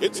It's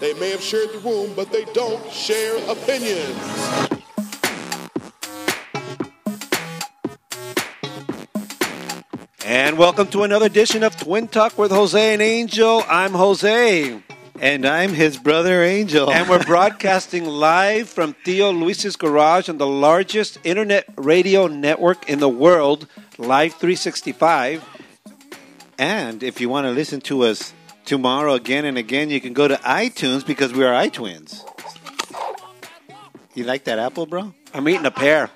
They may have shared the room, but they don't share opinions. And welcome to another edition of Twin Talk with Jose and Angel. I'm Jose. And I'm his brother Angel. And we're broadcasting live from Theo Luis's garage on the largest internet radio network in the world, Live 365. and if you want to listen to us tomorrow again and again, you can go to iTunes because we are iTwins. You like that apple, bro? I'm eating a pear.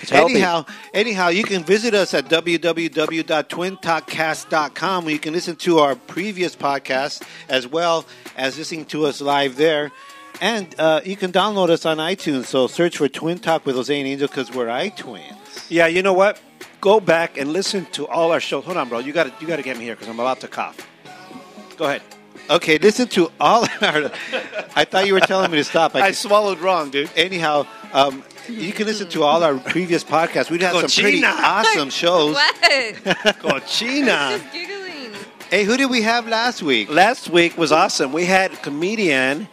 It's healthy. Anyhow, anyhow, you can visit us at www.twintalkcast.com where you can listen to our previous podcast as well as listening to us live there. And uh, you can download us on iTunes. So search for Twin Talk with Jose and Angel because we're iTwins. Yeah, you know what? Go back and listen to all our shows. Hold on, bro. You got to you got to get me here because I'm about to cough. Go ahead. Okay, listen to all our. I thought you were telling me to stop. I, I just- swallowed wrong, dude. anyhow, um, you can listen to all our previous podcasts. We've had some pretty Cochina. awesome shows. What? Cochina. Just giggling. hey, who did we have last week? Last week was awesome. We had comedian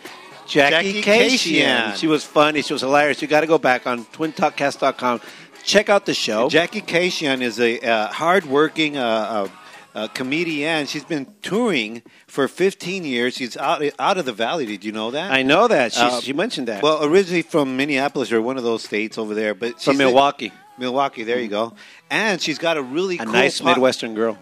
Jackie, Jackie Cation. Cation. She was funny. She was hilarious. You got to go back on twintalkcast.com. Check out the show. Jackie Cation is a uh, hardworking uh, uh, uh, comedian. She's been touring for 15 years. She's out out of the valley. Did you know that? I know that. She, Uh, she mentioned that. Well, originally from Minneapolis or one of those states over there, but from she's a- Milwaukee. Milwaukee, there you go. And she's got a really A cool nice po- Midwestern girl.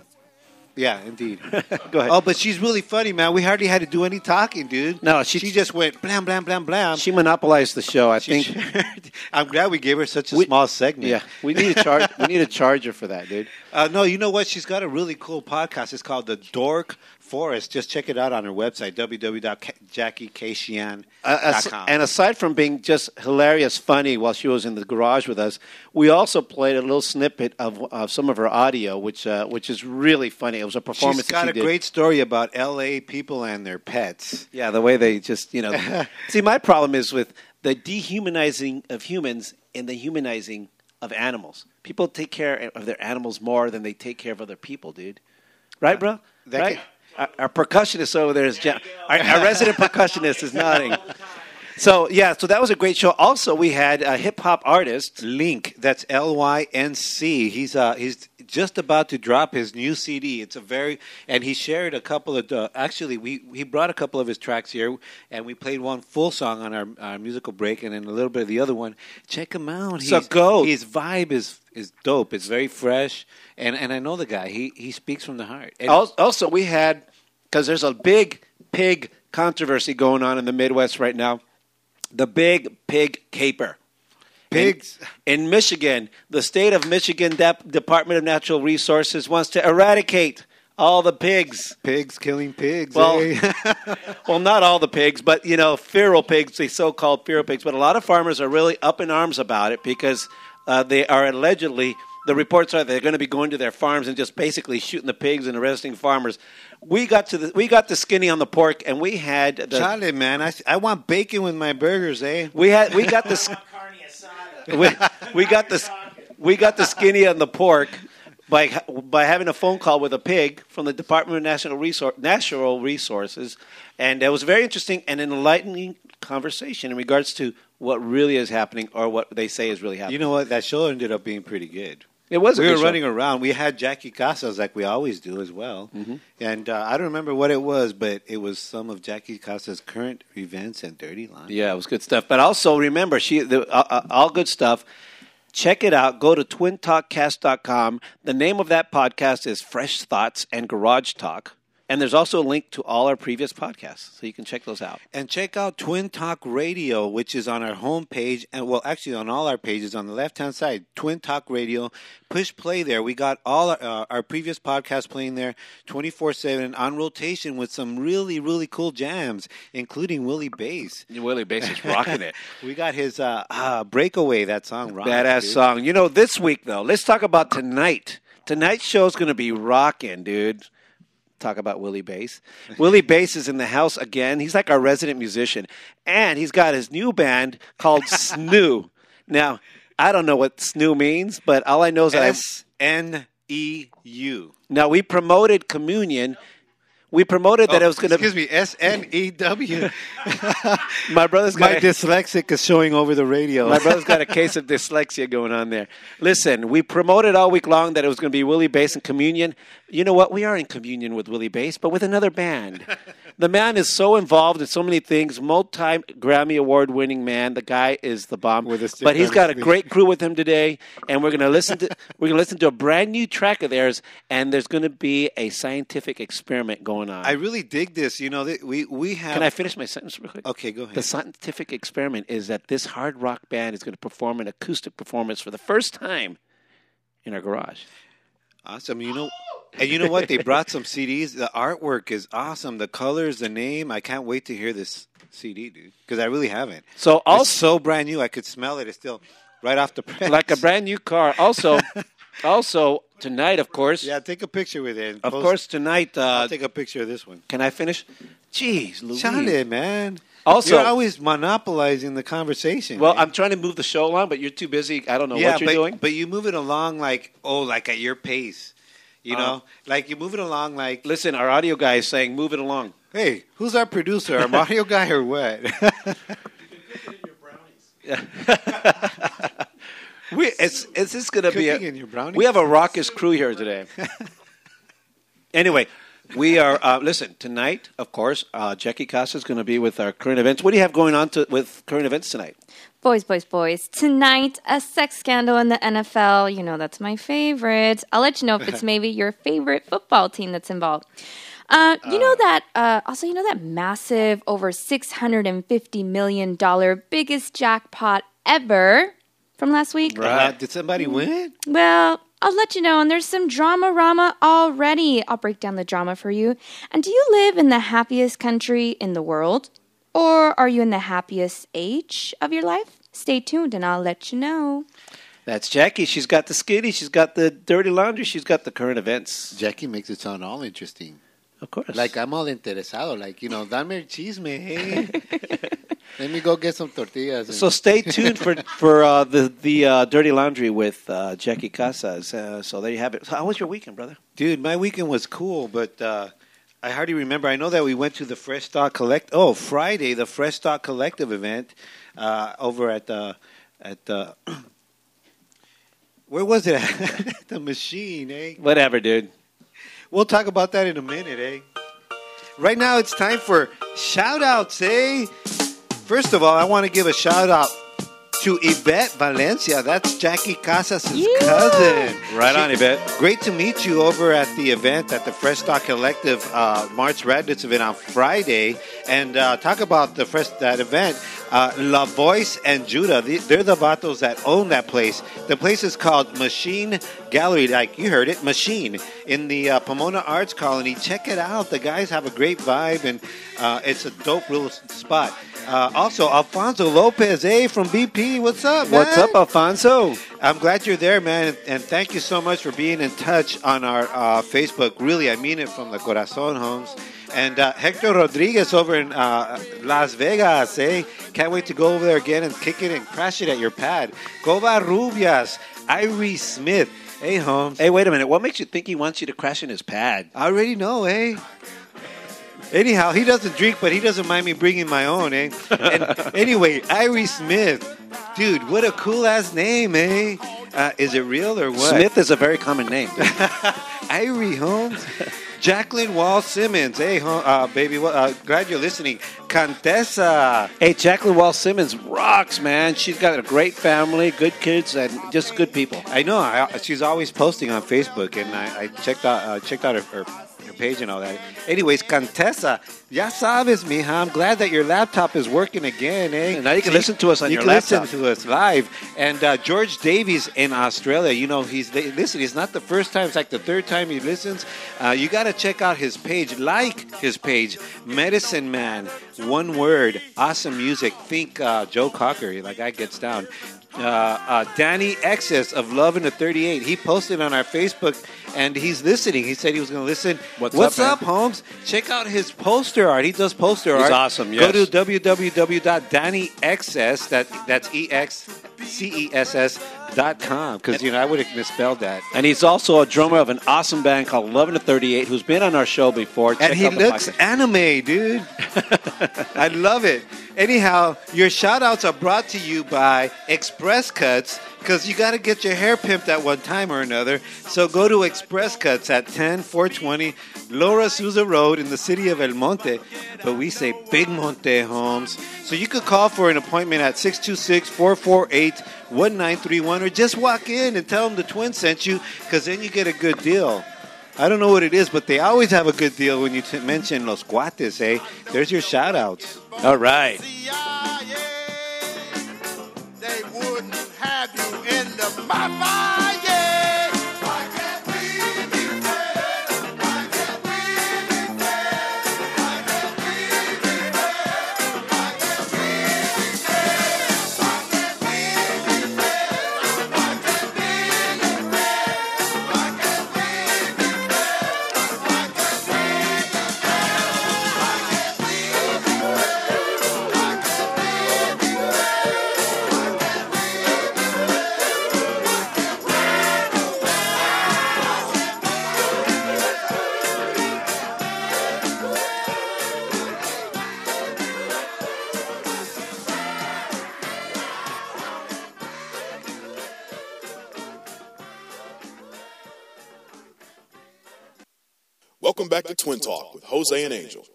Yeah, indeed. Go ahead. Oh, but she's really funny, man. We hardly had to do any talking, dude. No, she- she just went blam blam blam blam. she monopolized the show, I She- think. I'm glad we gave her such a We- small segment. yeah, we need a charge. we need a charger for that, dude. Uh, no, you know what? She's got a really cool podcast. It's called The Dork Forest. Just check it out on her website Uh, as- www.jackiekashian.com. and aside from being just hilarious, funny while she was in the garage with us, we also played a little snippet of, of some of her audio, which uh, which is really funny. It was a performance. she's that got she a did. great story about L.A. people and their pets. yeah. The way they just you know, see, my problem is with the dehumanizing of humans and the humanizing of animals. People take care of their animals more than they take care of other people, dude. Right, bro? Uh, That right. can- Our, our percussionist over there is ja- our, our resident percussionist is nodding. So yeah, so that was a great show. Also, we had a hip hop artist. Link, that's L Y N C. He's uh he's just about to drop his new CD. It's a very and he shared a couple of uh, actually we he brought a couple of his tracks here and we played one full song on our, our musical break and then a little bit of the other one. Check him out. So He's- go. His vibe is is dope. It's very fresh and and I know the guy. He he speaks from the heart. And Al- Also, we had because there's a big pig controversy going on in the Midwest right now. The big pig caper. pigs. in, in Michigan. The state of Michigan Dep- Department of Natural Resources wants to eradicate all the pigs. Pigs killing pigs. Well, eh? well, not all the pigs, but you know, feral pigs, the so-called feral pigs. But a lot of farmers are really up in arms about it because uh, they are allegedly. The reports are they're going to be going to their farms and just basically shooting the pigs and arresting farmers. We got to the we got the skinny on the pork, and we had the Charlie, man, I, I want bacon with my burgers, eh? we had we got the we, we got the we got the skinny on the pork by by having a phone call with a pig from the Department of National Resource Natural Resources, and it was a very interesting and enlightening conversation in regards to what really is happening or what they say is really happening. You know what? That show ended up being pretty good. It was a We good were show. running around. We had Jackie Casas like we always do as well, Mm-hmm. and uh, I don't remember what it was, but it was some of Jackie Casas' current events and dirty lines. Yeah, it was good stuff. But also remember, she the, uh, uh, all good stuff. Check it out. Go to twintalkcast.com. The name of that podcast is Fresh Thoughts and Garage Talk. And there's also a link to all our previous podcasts, so you can check those out. And check out Twin Talk Radio, which is on our homepage, and well, actually on all our pages on the left hand side. Twin Talk Radio, push play there. We got all our, uh, our previous podcasts playing there, twenty four seven on rotation with some really really cool jams, including Willie Bass. Willie Bass is rocking it. We got his uh, uh, breakaway that song, rocks, Badass dude. song. You know, this week though, let's talk about tonight. Tonight's show's going to be rocking, dude. Talk about Willie Bass. Willie Bass is in the house again. He's like our resident musician, and he's got his new band called Snoo. Now, I don't know what Snoo means, but all I know is that I, S N E U. now we promoted Communion. We promoted that it was going to. Oh, Excuse me, S N E W. My brother's got My a- dyslexic is showing over the radio. My brother's got a case of dyslexia going on there. Listen, we promoted all week long that it was going to be Willie Bass and Communion. You know what? We are in communion with Willie Bass, but with another band. the man is so involved in so many things. Multi Grammy Award winning man. The guy is the bomb. With a stick but he's down got a his sleeve. great crew with him today, and we're going to listen to we're going to listen to a brand new track of theirs, and there's going to be a scientific experiment going on. I really dig this. You know, that we we have. Can I finish my sentence real quick? Okay, go ahead. The scientific experiment is that this hard rock band is going to perform an acoustic performance for the first time in our garage. Awesome. You know, and you know what? They brought some CDs. The artwork is awesome. The colors, the name. I can't wait to hear this CD, dude, because I really haven't. So It's also, so brand new. I could smell it. It's still right off the press. like a brand new car. Also, also tonight, of course, Yeah, take a picture with it. and of post- course tonight. I'll Uh, take a picture of this one. can I finish? Jeez, Louise. Chale, man. Also- you're always monopolizing the conversation. Well, man. I'm trying to move the show along, but you're too busy. I don't know what you're but, doing. But you move it along like oh, like at your pace. You Uh, know, like you move it along like Listen, our audio guy is saying, "Move it along." hey, who's our producer, our Mario guy or what? We, it's, is this going to be a, Cooking in your brownies? We have a raucous crew here today. anyway, we are uh, listen tonight. Of course, uh, Jackie Costa is going to be with our current events. What do you have going on to, with current events tonight? Boys, boys, boys. Tonight, a sex scandal in the NFL. You know, that's my favorite. I'll let you know if it's maybe your favorite football team that's involved. Uh, you know that, uh, also, you know that massive, over $650 million biggest jackpot ever from last week? Uh, did somebody win? Well, I'll let you know, and there's some drama rama already. I'll break down the drama for you. And do you live in the happiest country in the world? Or are you in the happiest age of your life? Stay tuned and I'll let you know. That's Jackie. She's got the skitty. She's got the dirty laundry. She's got the current events. Jackie makes it sound all interesting. Of course. Like I'm all interesado. Like you know, dame el chisme. Hey. Let me go get some tortillas. and- so stay tuned for for uh, the the uh, dirty laundry with uh, Jackie Casas. Uh, so there you have it. So how was your weekend, brother? Dude, my weekend was cool, but uh, I hardly remember. I know that we went to the Fresh Stock Collect. Oh, Friday, the Fresh Stock Collective event uh, over at the at the. Where was it? at? the machine, eh? Whatever, dude. We'll talk about that in a minute, eh? Right now, it's time for shout outs, eh? First of all, I want to give a shout out to Yvette Valencia. That's Jackie Casas' cousin. Right She- on, Yvette. Great to meet you over at the event at the Fresh Stock Collective uh, March Radnitz event on Friday. And uh, talk about the Fresh that event. Uh, La Voice and Judah, the- they're the vatos that own that place. The place is called Machine Gallery, like you heard it, Machine, in the uh, Pomona Arts Colony. Check it out. The guys have a great vibe, and uh, it's a dope little s- spot. Uh, also, Alfonso Lopez, eh, from BP. What's up, man? What's up, Alfonso? I'm glad you're there, man, and, and thank you so much for being in touch on our uh, Facebook. Really, I mean it from the corazón, Holmes. And uh, Hector Rodriguez over in uh, Las Vegas, eh? Can't wait to go over there again and kick it and crash it at your pad. Cova Rubias, Irie Smith, hey, Holmes. Hey, wait a minute. What makes you think he wants you to crash in his pad? I already know, eh? Anyhow, he doesn't drink, but he doesn't mind me bringing my own, eh? And anyway, Irie Smith, dude, what a cool ass name, eh? Uh, is it real or what? Smith is a very common name. Irie Holmes, Jacqueline Wall Simmons. Hey, Hol- uh, baby, well, uh, glad you're listening. Contessa. hey, Jacqueline Wall Simmons rocks, man. She's got a great family, good kids, and just good people. I know I, she's always posting on Facebook, and I, I uh, checked out uh, checked out her, her, her your page and all that. Anyways, Contessa, ya sabes, mija. I'm glad that your laptop is working again, eh? Now you can listen to us on you your can laptop. listen to us live. And uh, George Davies in Australia, you know, he's they, listen. It's not the first time; it's like the third time he listens. Uh, you got to check out his page, like his page, Medicine Man. One word, awesome music. Think uh, Joe Cocker, like I gets down. Uh, uh, Danny Excess of Love in the 38. He posted on our Facebook and he's listening. He said he was going to listen. What's up, up, man? Holmes? Check out his poster art. He does poster He's art. awesome, yes. Go to www.dannyxs that that's e x c e s s dot com because you know I would have misspelled that. And he's also a drummer of an awesome band called 11 to 38, who's been on our show before. And Check he out the looks podcast. anime, dude. I love it. Anyhow, your shout outs are brought to you by Express Cuts because you got to get your hair pimped at one time or another. So go to Express Cuts at 10420 Laura Souza Road in the city of El Monte. But we say Big Monte Homes. So you could call for an appointment at 626 448 1931 or just walk in and tell them the twin sent you because then you get a good deal. I don't know what it is, but they always have a good deal when you t- mention Los Guates, eh? There's your shout outs. All right. CIA. They wouldn't have you in the mafia. yeah. Why can't we be friends? Why can't we be friends? Why can't we be friends? Why can't we be friends? Why can't we be friends? Why can't we be friends? Why can't we be friends? Why can't we be friends? Why can't we be friends? Why can't we be friends? Why can't we be friends? Why can't we be Welcome back to Twin Talk with Jose and Angel.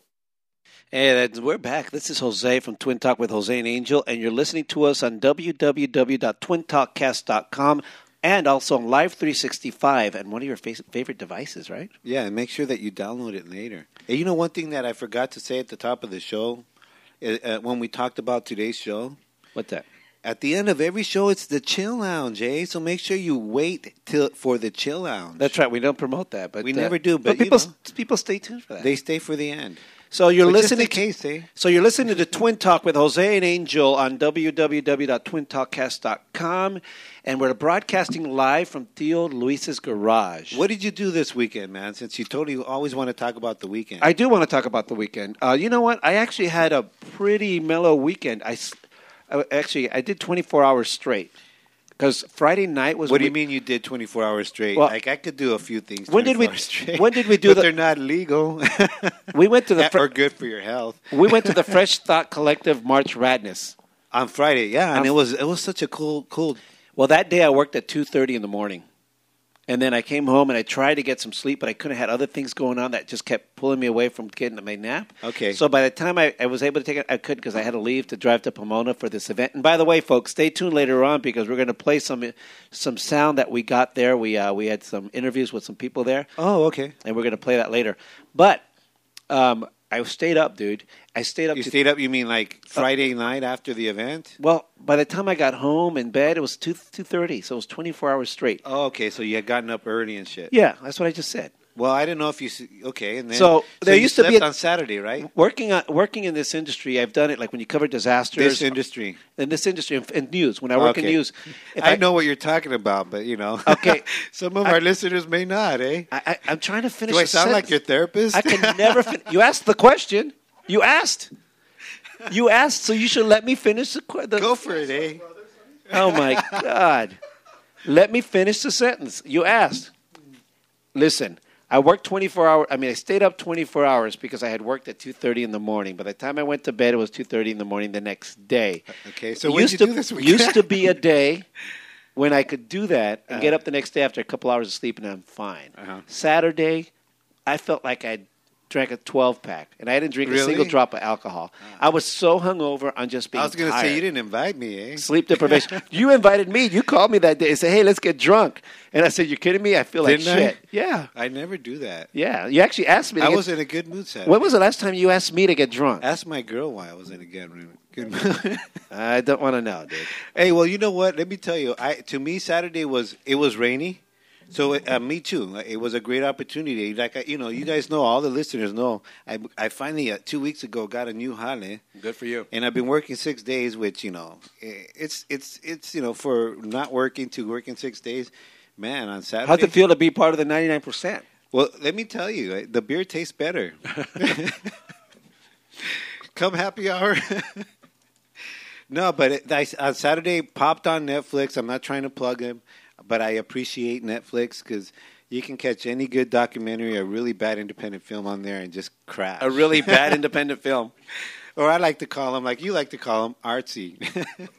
Hey, that's, we're back. This is Jose from Twin Talk with Jose and Angel, and you're listening to us on www.twintalkcast.com and also on Live 365 and one of your fa- favorite devices, right? Yeah, and make sure that you download it later. And you know, one thing that I forgot to say at the top of the show, uh, uh, when we talked about today's show, What's that? at the end of every show, it's the chill lounge, eh? So make sure you wait till for the chill lounge. That's right. We don't promote that, but We never do, but, you people know. people stay tuned for that. They stay for the end. so you're But just in listening. case, eh? So you're listening to Twin Talk with Jose and Angel on www.twintalkcast.com, and we're broadcasting live from Theo Luis's garage. What did you do this weekend, man? Since you totally always want to talk about the weekend. I do want to talk about the weekend. Uh, you know what? I actually had a pretty mellow weekend. I, s- I- actually I did 24 hours straight because Friday night was. what do you we- mean you did 24 hours straight? Well- like I could do a few things. When did we- 24 hours straight. when did we do but the- They're not legal. We went to the that fr- are good for your health. we went to the Fresh Thought Collective March Radness. on Friday, yeah, and On- it was it was such a cool cool. Well, that day I worked at 2:30 in the morning. And then I came home and I tried to get some sleep, but I couldn't. Had other things going on that just kept pulling me away from getting my nap. Okay. So by the time I, I was able to take it, I could because I had to leave to drive to Pomona for this event. And by the way, folks, stay tuned later on because we're going to play some some sound that we got there. We uh, we had some interviews with some people there Oh, okay. and we're going to play that later. But um, I stayed up, dude. I stayed up. You to- stayed up. You mean like Friday night after the event? well, by the time I got home in bed, it was two two thirty, so it was twenty four hours straight. Oh, okay. So you had gotten up early and shit. Yeah, that's what I just said. Well, I didn't know if you. s- Okay, and then So, there you used to be slept a- on Saturday, right? Working on, working in this industry, I've done it like when you cover disasters. This industry. in this industry and, and news. When I work in Okay. news, if I, know what you're talking about, but you know, Okay. some of I- our listeners may not, eh? I, I, I'm trying to finish. Do I the sound like sentence. your therapist? I can never. Fin- you asked the question. You asked. You asked, so you should let me finish the. que- the go for it, eh? Oh my God. Let me finish the sentence. You asked. Listen, I worked 24 hours. I mean, I stayed up 24 hours because I had worked at 2:30 in the morning. By the time I went to bed, it was 2:30 in the morning the next day. Okay, so It what'd used you to, do this weekend? Used to be a day when I could do that and Uh-huh. get up the next day after a couple hours of sleep and I'm fine. Uh-huh. Saturday, I felt like I'd drank a 12 pack, and I didn't drink a Really? single drop of alcohol. I was so hungover on just being. I was going to tired. say you didn't invite me, eh? Sleep deprivation. you invited me. You called me that day and said, "Hey, let's get drunk." And I said, "You're kidding me. I feel like Didn't I? shit." Yeah, I never do that. yeah. You actually asked me. To I get- was in a good mood Saturday. When was the last time you asked me to get drunk? Ask my girl why I was in a good mood. Good mood. I don't want to know, dude. hey, well, you know what? Let me tell you. I to me Saturday was it was rainy. So uh, me too. It was a great opportunity. Like I- you know, you guys know, all the listeners know. I, I finally uh, two weeks ago got a new Harley, Good for you. and I've been working six days, which you know, eh, it's it's it's you know for not working to working six days, man. On Saturday, How's it feel to be part of the 99 percent? Well, let me tell you, eh, the beer tastes better. Come happy hour. no, but it, I, on Saturday popped on Netflix. I'm not trying to plug him, but I appreciate Netflix because you can catch any good documentary, a really bad independent film on there, and just crash. A really bad independent film. or I like to call them, like you like to call them, artsy.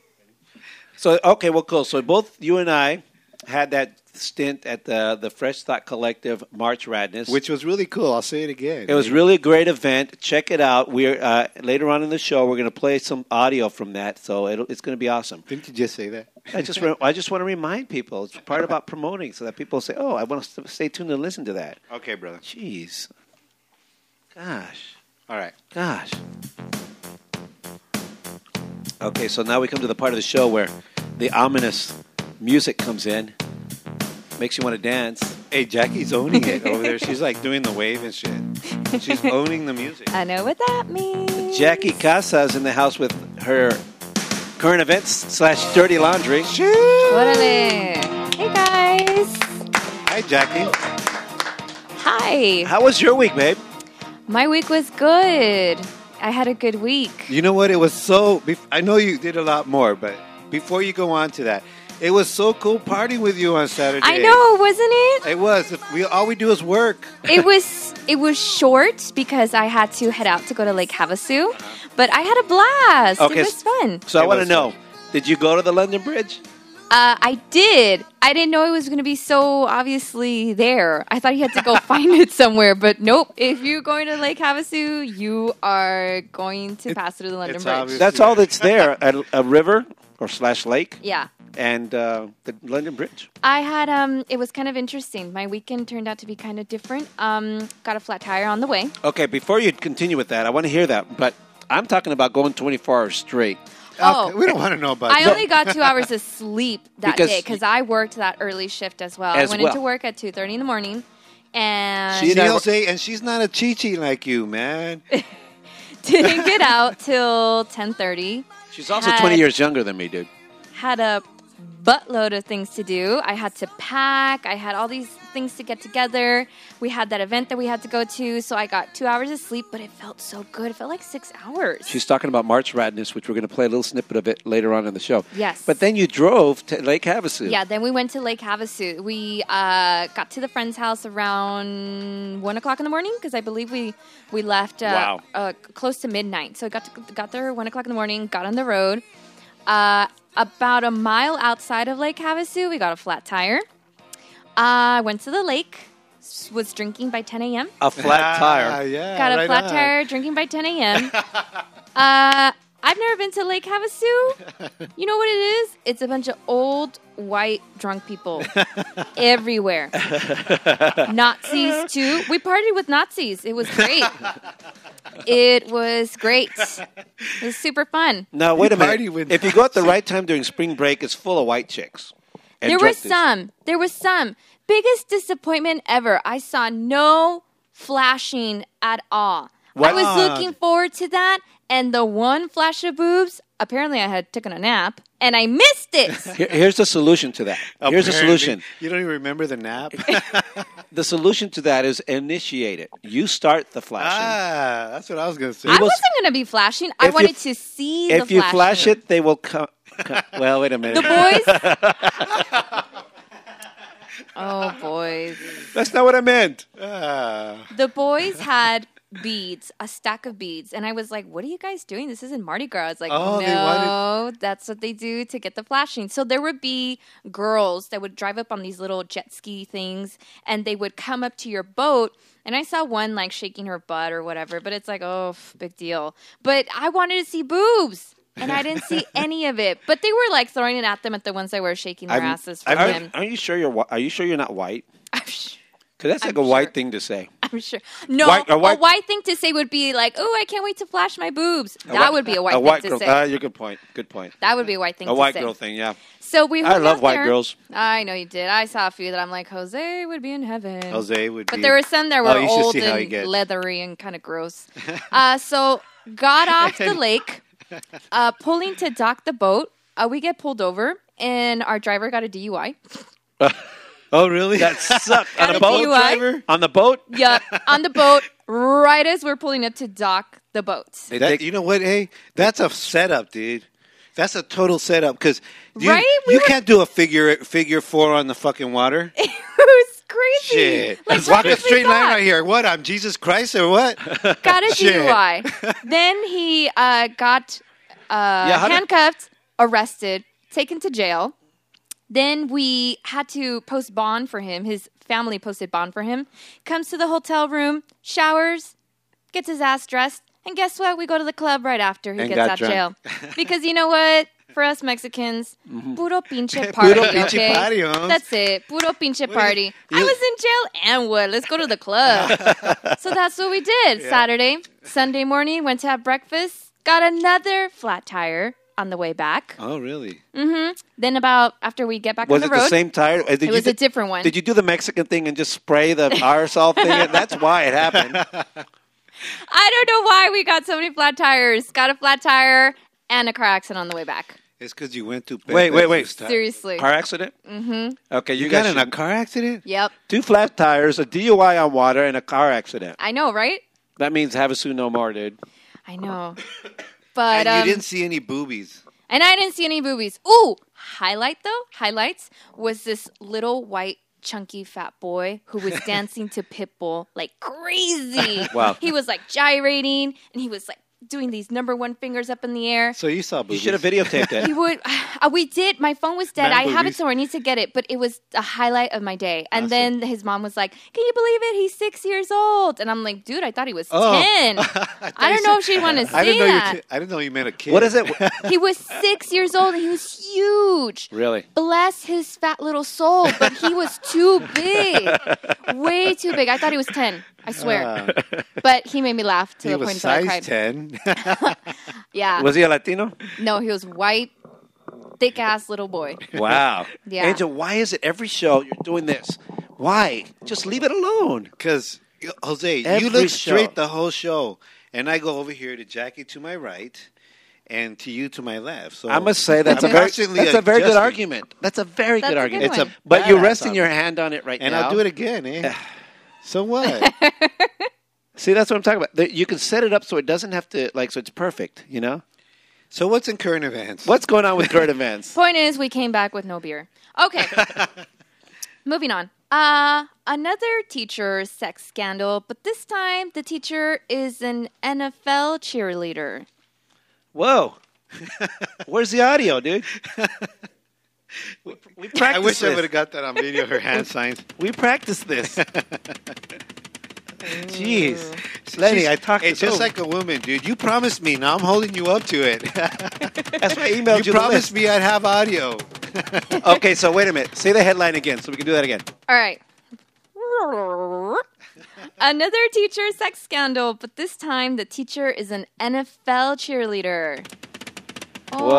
So okay, well, cool. So both you and I had that stint at the the Fresh Thought Collective March Radness, which was really cool. I'll say it again. It was really a great event. Check it out. We're uh, later on in the show. We're going to play some audio from that, so it'll, it's going to be awesome. Didn't you just say that? I just re- I just want to remind people. It's part about promoting, so that people say, "Oh, I want to stay tuned and listen to that." Okay, brother. Jeez, gosh, All right. gosh. Okay, so now we come to the part of the show where the ominous music comes in, makes you want to dance. Hey, Jackie's owning it over there. She's like doing the wave and shit. She's owning the music. I know what that means. Jackie Casas in the house with her current events slash dirty laundry. Órale. Hey guys. Hi, Jackie. Hi. How was your week, babe? My week was good. I had a good week. You know what? It was so. bef- I know you did a lot more, but before you go on to that, it was so cool partying with you on Saturday. I know, wasn't it? It was. We all we do is work. it was it was short because I had to head out to go to Lake Havasu, but I had a blast. Okay, It was fun. So I It want to was know, did you go to the London Bridge? Uh, I did. I didn't know it was going to be so obviously there. I thought you had to go find it somewhere, but nope. If you're going to Lake Havasu, you are going to pass through the London it's Bridge. obvious. That's all that's there, a, a river or slash lake Yeah. and uh, the London Bridge. I had um it was kind of interesting. My weekend turned out to be kind of different. Um got a flat tire on the way. Okay, before you continue with that, I want to hear that, but I'm talking about going 24 hours straight. Oh. we don't want to know about. I that. only got two hours of sleep that Because day because I worked that early shift as well. As I went well. into work at two thirty in the morning, and She and I were- don't say, and she's not a chichi like you, man. didn't get out till ten thirty. She's also Had- 20 years younger than me, dude. Had a buttload of things to do. I had to pack. I had all these things to get together. We had that event that we had to go to, so I got two hours of sleep, but it felt so good. It felt like six hours. She's talking about March Radness, which we're going to play a little snippet of it later on in the show. Yes. But then you drove to Lake Havasu. Yeah, then we went to Lake Havasu. We uh, got to the friend's house around one o'clock in the morning because I believe we we left uh, Wow. uh, close to midnight. So we got to, got there one o'clock in the morning. Got on the road. Uh, about a mile outside of Lake Havasu, we got a flat tire. Uh, went to the lake. s- Was drinking by 10 a.m. A flat Ah, tire. yeah, Got a right flat on. tire. Drinking by 10 a.m. uh, I've never been to Lake Havasu. You know what it is? It's a bunch of old white drunk people everywhere. Nazis too. We partied with Nazis. It was great. It was great. It was super fun. Now wait a party minute. with- If you go at the right time during spring break, it's full of white chicks. and There were drunk dudes. some. There was some. Biggest disappointment ever. I saw no flashing at all. I was looking forward to that, and the one flash of boobs. Apparently, I had taken a nap and I missed it. Here- here's the solution to that. Here's the Apparently. solution. You don't even remember the nap. The solution to that is initiate it. You start the flashing. ah, that's what I was gonna say. I will- wasn't going to be flashing. I If you- wanted to see the if you flash flashing. it, they will come. well, wait a minute. The boys. oh, boys. Oh, That's not what I meant. Ah. The boys had beads, a stack of beads, and I was like, "What are you guys doing? This isn't Mardi Gras." I was like, Oh, "No, they wanted- that's what they do to get the flashing." So there would be girls that would drive up on these little jet ski things, and they would come up to your boat. And I saw one like shaking her butt or whatever, but it's like, oh, f- big deal. But I wanted to see boobs. And I didn't see any of it, but they were like throwing it at them at the ones that were shaking their I'm- asses for I'm- them. Are, are you sure you're? whi- Are you sure you're not white? I'm sure. Because that's like I'm a white sure. thing to say. I'm sure. No, White- a a white- white, thing to say would be like, "Oh, I can't wait to flash my boobs." That would be a white a thing white to girl. say. Ah, you're good point. Good point. that would be a white thing. A to white say. girl thing. Yeah. So we. I hung love out white there. girls. I know you did. I saw a few that I'm like, Jose would be in heaven. Jose would But be. there were some that Oh, were you should old see how he and gets. leathery and kind of gross. uh, so got off the lake, uh, pulling to dock the boat. Uh, we get pulled over, and our driver got a DUI. Oh, really? That's Suck on Got a a boat DUI? driver. On the boat. Yep, on the boat, right as we're pulling up to dock the boat. that, you know what? Hey, that's a setup, dude. That's a total setup because you, Right? We you were- can't do a figure figure four on the fucking water. it was crazy. Shit, Like, walk what a did we straight line thought? right here. What? I'm Jesus Christ or what? Got a Shit. DUI. then he uh, got uh, how did- handcuffed, arrested, taken to jail. Then we had to post bond for him. His family posted bond for him. Comes to the hotel room, showers, gets his ass dressed, and guess what? We go to the club right after he And gets got out of jail. drunk. Because you know what? For us Mexicans, puro pinche party. Mm-hmm. Puro pinche okay? party, homes. That's it. Puro pinche do you- party. I you- was in jail and what? Let's go to the club. so that's what we did. Saturday, Sunday morning, went to have breakfast, got another flat tire on the way back. Mm-hmm. Oh, really? Then about after we get back Was on it the road, the same tire? Uh, Did it was do- a different one. Did you do the Mexican thing and just spray the aerosol thing? That's why it happened. I don't know why we got so many flat tires. Got a flat tire and a car accident on the way back. It's because you went to Wait, wait, wait. Seriously. Car accident? Mm-hmm. Okay, you, You guys got got in a car accident? Yep. two flat tires, a DUI on water, and a car accident. I know, right? That means Havasu no more, dude. I know. But and um, you didn't see any boobies. And I didn't see any boobies. Ooh, highlight though, highlights was this little white chunky fat boy who was dancing to Pitbull like crazy. Wow. He was like gyrating and he was like doing these number one fingers up in the air. So you saw You boobies. should have videotaped He it. would. Uh, we did. My phone was dead. Man I have it boobies. somewhere. I need to get it. But it was a highlight of my day. And then his mom was like, "Can you believe it? He's six years old." And I'm like, "Dude, I thought he was Oh. ten. I, don't know if she'd want to see I didn't know that." you. T- I didn't know you meant a kid. what is it? he was six years old. And he was huge. really? bless his fat little soul, but he was too big, way too big. I thought he was ten. I swear, Ah. but he made me laugh to He the was point that I size cried. ten. Yeah, Was he a Latino? no, he was white, thick ass little boy. Wow. Yeah. Angel, why is it every show you're doing this? Why? Just leave it alone. Because Jose, Every you look show. straight the whole show, and I go over here to Jackie to my right, and to you to my left. So I must say that's I'm a very, constantly that's a very good adjusting. argument. That's a very That's good a good argument. one. It's a but you're badass resting your argument. hand on it right and now. I'll do it again. Eh? so what? See, that's what I'm talking about. That You can set it up so it doesn't have to like so it's perfect. You know so what's in current events? what's going on with current events? Point is, we came back with no beer. Okay, moving on. Uh, another teacher sex scandal, but this time the teacher is an NFL cheerleader. Whoa, where's the audio, dude? We, we practice. I wish I this. would have got that on video. Her hand signs. We practice this. Jeez, Lenny, Lenny, I talked oh. It's this just over. like a woman, dude. You promised me. Now I'm holding you up to it. that's why I emailed you. you the promised me I'd have audio. list. Okay, so wait a minute. Say the headline again, so we can do that again. All right. Another teacher sex scandal, but this time the teacher is an NFL cheerleader. Whoa.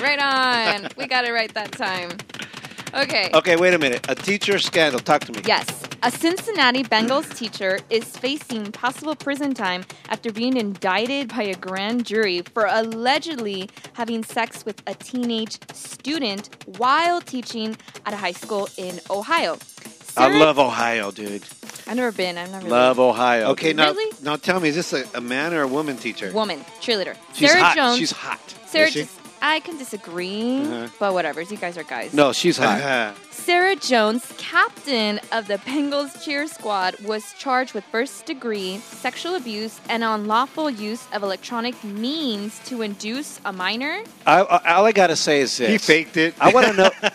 Right on. We got it right that time. Okay. Okay, wait a minute. A teacher scandal. Talk to me. Yes. A Cincinnati Bengals teacher is facing possible prison time after being indicted by a grand jury for allegedly having sex with a teenage student while teaching at a high school in Ohio. I Sarah- love Ohio, dude. I've never been. I've never Love Ohio. Okay, dude. now Really? now tell me, is this a, a man or a woman teacher? Woman cheerleader. she's Sarah hot. Jones. She's hot. Uh-huh. Sarah Is she? just I can disagree, but whatever. You guys are guys. No, she's Uh-huh. hot. Sarah Jones, captain of the Bengals cheer squad, was charged with first degree sexual abuse and unlawful use of electronic means to induce a minor. I, I, all I gotta say is this: He faked it. I want to know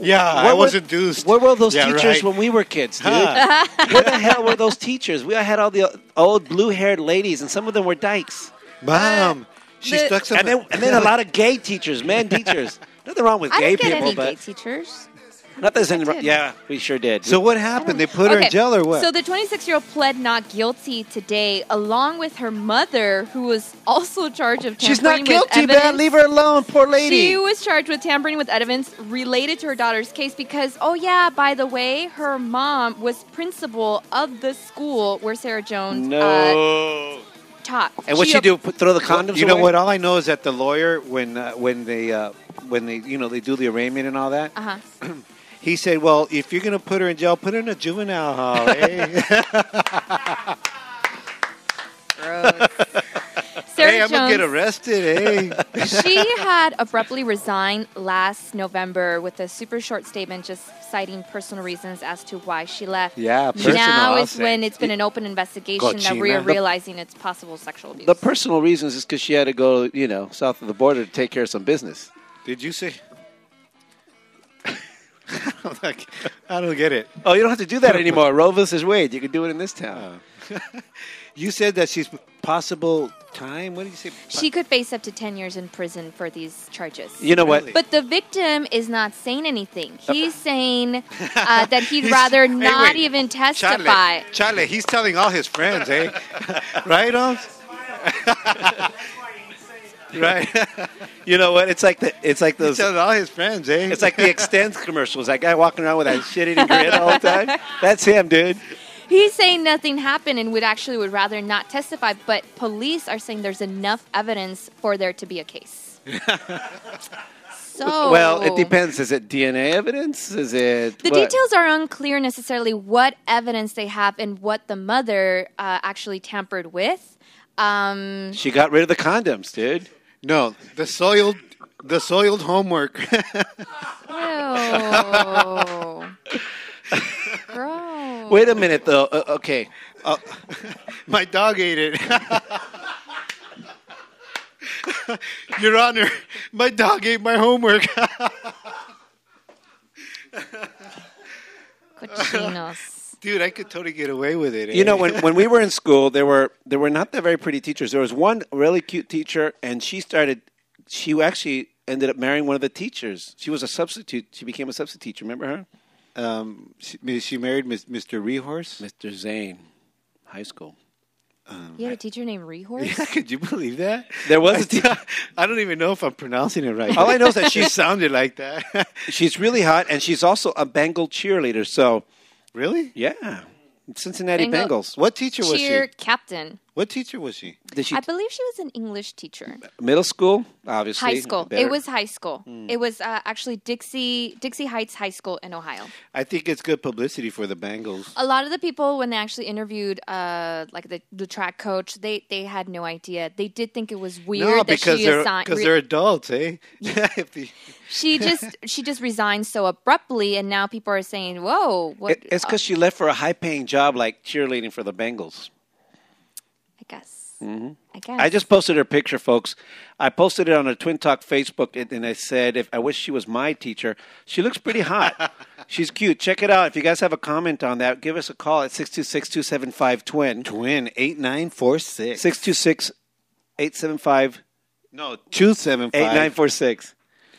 yeah, I Where was were- induced. where were those Yeah, teachers right. when we were kids, dude. Huh. Where the hell were those teachers? We had all the uh, old blue-haired ladies, and some of them were dykes. Mom, she Uh, the- stuck some. And then, and then a lot of gay teachers, men teachers. Nothing wrong with I gay didn't get people, any but gay teachers. not that there's any. wrong- did. Yeah, we sure did. So what happened? They put her in jail or what? So the 26 year old pled not guilty today, along with her mother, who was also charged of tampering she's not with guilty, evidence. man. Leave her alone, poor lady. She was charged with tampering with evidence related to her daughter's case because, oh yeah, by the way, her mom was principal of the school where Sarah Jones uh, no. taught. and what she do? Put, throw the condoms? you know away? what? All I know is that the lawyer, when uh, when they uh, when they you know they do the arraignment and all that, Uh huh. he said, "Well, if you're going to put her in jail, put her in a juvenile hall." eh?" Sarah hey, I'm gonna Jones. get arrested. eh? Hey, she had abruptly resigned last November with a super short statement just citing personal reasons as to why she left. Yeah, personal, Now I'll is say. when it's been an open investigation that we are Cochina. realizing it's possible sexual abuse. The personal reasons is because she had to go, you know, south of the border to take care of some business. did you say? I'm like, I don't get it. Oh, you don't have to do that anymore. Roe versus Wade. You can do it in this town. Oh. You said that she's possible time. What did you say? she could face up to 10 years in prison for these charges. you know what? Really? But the victim is not saying anything. He's saying uh, that he'd rather Hey, not wait. even Charlie, testify. Charlie, he's telling all his friends, eh? right on, right. You know what? It's like the it's like he's those telling all his friends, eh? it's like the extends commercials. That guy walking around with that shit eating grin all the time. That's him, dude. He's saying nothing happened and would actually would rather not testify. But police are saying there's enough evidence for there to be a case. so Well, it depends. Is it DNA evidence? Is it Oh. The what? details are unclear necessarily what evidence they have and what the mother uh, actually tampered with. Um, She got rid of the condoms, dude. no, the soiled, the soiled homework. ew. Gross. Wait a minute, though. Uh, okay, My dog ate it. Your Honor, my dog ate my homework. Cochinos. Dude, I could totally get away with it. you know eh? when, when we were in school, there were there were not that very pretty teachers. There was one really cute teacher, and she started. She actually ended up marrying one of the teachers. She was a substitute. She became a substitute teacher. Remember her, um, she, she married Miss, Mr. Rehorse. Mr. Zane, high school. You had a teacher named Rehorse? Yeah, could you believe that? There was a teacher. I don't even know if I'm pronouncing it right. All I know is that she she's sounded like that. she's really hot, and she's also a Bengal cheerleader. So really? yeah, Cincinnati Bengal- Bengals. What teacher was Cheer she? captain. What teacher was she? Did she I believe she was an English teacher. middle school? Obviously, High school. Better. It was high school. It was uh, actually Dixie Dixie Heights High School in Ohio. I think it's good publicity for the Bengals. A lot of the people when they actually interviewed, uh, like the, the track coach, they they had no idea. They did think it was weird No, that because she they're assigned. because they're adults, eh? If the- she just she just resigned so abruptly, and now people are saying, "Whoa, what?" uh, Oh, It- it's because she left for a high-paying job like cheerleading for the Bengals. Mm-hmm. I guess. I guess. I just posted her picture, folks. I posted it on her Twin Talk Facebook, and- and I said, "If I wish she was my teacher, she looks pretty hot. She's cute. Check it out. If you guys have a comment on that, give us a call at 626-275-TWIN. Twin eight nine four six 626-875-8946. no two seven five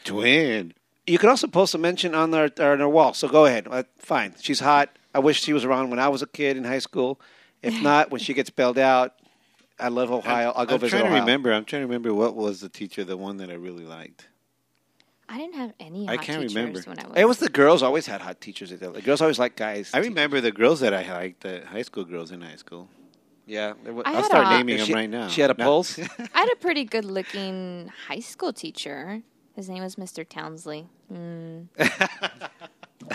twin. You can also post a mention on our, on our wall. So go ahead. Uh, fine. She's hot. I wish she was around when I was a kid in high school. If not, when she gets bailed out, I love Ohio. I'll go I'm visit trying to Ohio. remember. I'm trying to remember what was the teacher, the one that I really liked. I didn't have any. I hot can't teachers remember. When I was It was the girls always had hot teachers. The girls always liked guys. I remember the girls that I liked, the high school girls in high school. Yeah, it wa- I I'll had start a- naming She- them right now. She had a No. pulse. I had a pretty good looking high school teacher. His name was Mr. Townsley. Mm.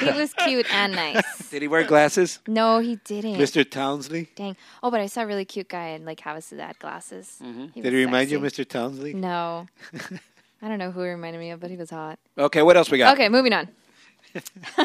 he was cute and nice. Did he wear glasses? No, he didn't. Mr. Townsley. Dang. Oh, but I saw a really cute guy in like Havasu that had glasses. Did he remind you of Mr. Townsley? No. I don't know who he reminded me of, but he was hot. Okay, what else we got? Okay, moving on.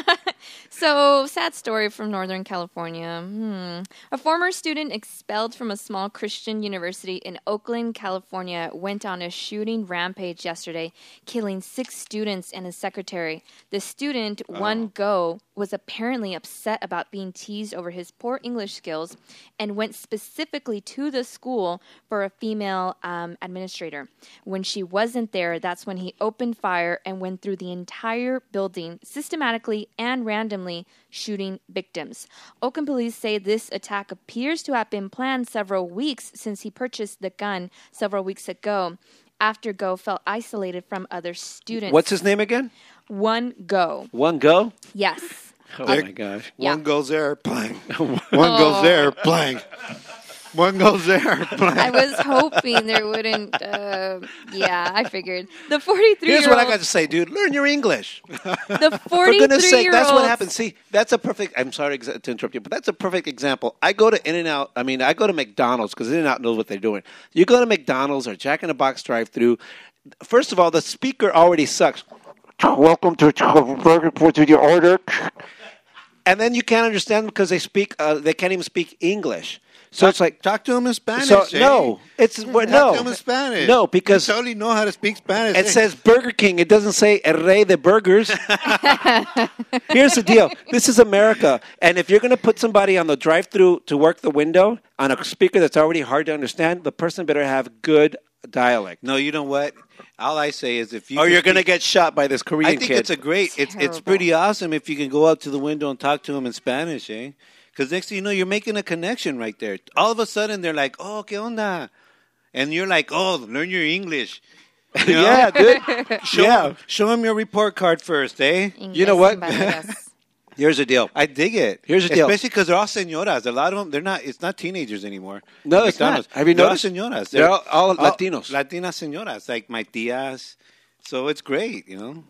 so, sad story from Northern California. Hmm. A former student expelled from a small Christian university in Oakland, California, went on a shooting rampage yesterday, killing six students and his secretary. The student, Oh. one go, was apparently upset about being teased over his poor English skills and went specifically to the school for a female um, administrator. When she wasn't there, that's when he opened fire and went through the entire building systematically and randomly shooting victims. Oakland police say this attack appears to have been planned several weeks since he purchased the gun several weeks ago. After Go felt isolated from other students. What's his name again? one Go? One go. Yes. Oh Dick. my gosh. Yeah. Oh. One goes there, blank. One goes there, blank. One goes there, blank. I was hoping there wouldn't. Uh, yeah, I figured the forty-three. Here's year what old, I got to say, dude. Learn your English. The For goodness forty-three sake, year that's old. what happens. See, that's a perfect. I'm sorry exa- to interrupt you, but that's a perfect example. I go to In and Out. I mean, I go to McDonald's because In and Out knows what they're doing. You go to McDonald's or Jack in the Box drive-through. First of all, the speaker already sucks. Welcome to Burger Port with your order. and then you can't understand them because they speak uh, they can't even speak English. So it's like talk to him in Spanish. so eh? no, it's well, Talk no to him in Spanish. No, because you totally know how to speak Spanish. it eh? says Burger King. It doesn't say El Rey de Burgers. Here's the deal. This is America, and if you're going to put somebody on the drive-through to work the window on a speaker that's already hard to understand, the person better have good dialect, No, you know what? All I say is if you. or can Oh, you're going to speak- get shot by this Korean I think kid. it's a great. It's it's Terrible. pretty awesome if you can go out to the window and talk to him in Spanish, eh? Because next thing you know, you're making a connection right there. All of a sudden, they're like, "Oh, qué onda," and you're like, "Oh, learn your English." You know? yeah, dude. Show, yeah. Show him your report card first, eh? You know what? Here's the deal. I dig it. Here's the deal. Especially because they're all senoras. A lot of them, they're not. It's not teenagers anymore. No, it's not. Have you they're all noticed? senoras. They're all- all Latinos. Latina senoras, like my tias. So it's great, you know.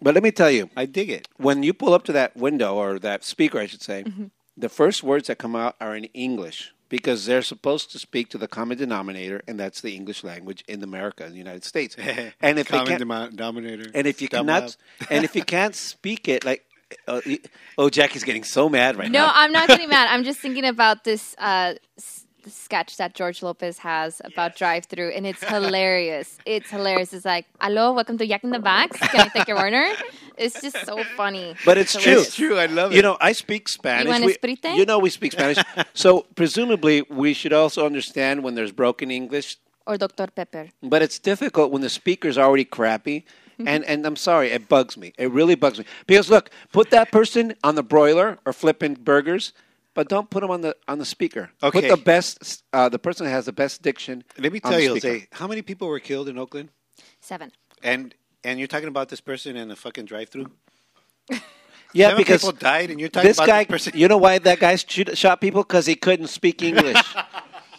But let me tell you, I dig it. when you pull up to that window or that speaker, I should say, Mm-hmm. the first words that come out are in English because they're supposed to speak to the common denominator, and that's the English language in America, in the United States. and if they Common can't, demo- denominator. and if you Dumb cannot, love. and if you can't speak it, like, uh, you- oh, Jackie's getting so mad right No, now. I'm not getting mad. I'm just thinking about this uh, s- sketch that George Lopez has about drive-through, and it's hilarious. It's hilarious. It's like, "Hello, welcome to Yak in the Box. Can I take your order?" It's just so funny. But it's true. hilarious. It's true. I love it. You know, I speak Spanish. want We- esprite? you know, we speak Spanish. so presumably, we should also understand when there's broken English Or Dr. Pepper. But it's difficult when the speaker's already crappy. Mm-hmm. And and I'm sorry, it bugs me. It really bugs me. Because look, put that person on the broiler or flipping burgers, but don't put them on the on the speaker. Okay. Put the best uh, the person that has the best diction. let me on tell the you, speaker. Jose, how many people were killed in Oakland? Seven. And and you're talking about this person in a fucking drive-through. Yeah, Seven because people died, and you're talking this about guy. this person. You know why that guy shoot, shot people? Because he couldn't speak English.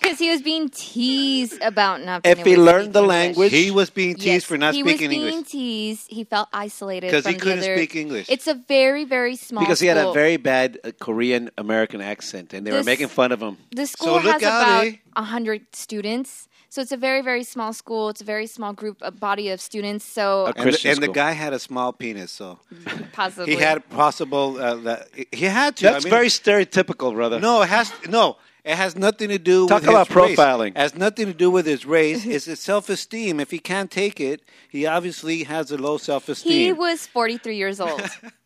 Because he was being teased about not. being If he able to learned speak the English. language- he was being teased Yes, for not he speaking was being English. teased. He felt isolated 'Cause from he the couldn't other- speak English. It's a very very small. because he had a school. very bad uh, Korean American accent, and they were This- making fun of him. The school look has out, about eh? a hundred students, so it's a very very small school. It's a very small group, a body of students. So Okay. And, the, Christian and the school. guy had a small penis, so possibly he had possible. Uh, la- he had to. I That's mean- very stereotypical, brother. No, it has no. It has nothing to do Talk with about his race. profiling. It has nothing to do with his race. It's his self-esteem. If he can't take it, he obviously has a low self-esteem. He was forty three years old.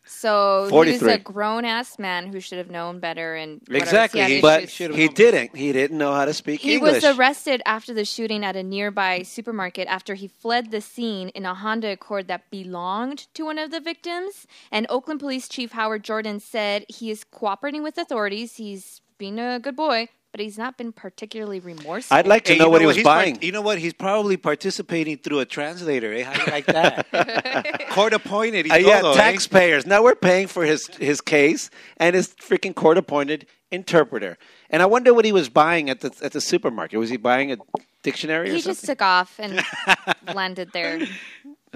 So he was 43. a grown ass man who should have known better and whatever. Exactly, He had he- issues. but should've he known. didn't. He didn't know how to speak He English. was arrested after the shooting at a nearby supermarket after he fled the scene in a Honda Accord that belonged to one of the victims. And Oakland Police Chief Howard Jordan said he is cooperating with authorities. He's been a good boy, but he's not been particularly remorseful. I'd like to Hey, know you what he was he's par- buying. you know what? He's probably participating through a translator. Eh? How you like that? Court appointed. Uh, yeah, todo, eh? taxpayers. Now we're paying for his his case and his freaking court appointed interpreter. And I wonder what he was buying at the at the supermarket. Was he buying a dictionary or he just something? took off and landed there. Maybe,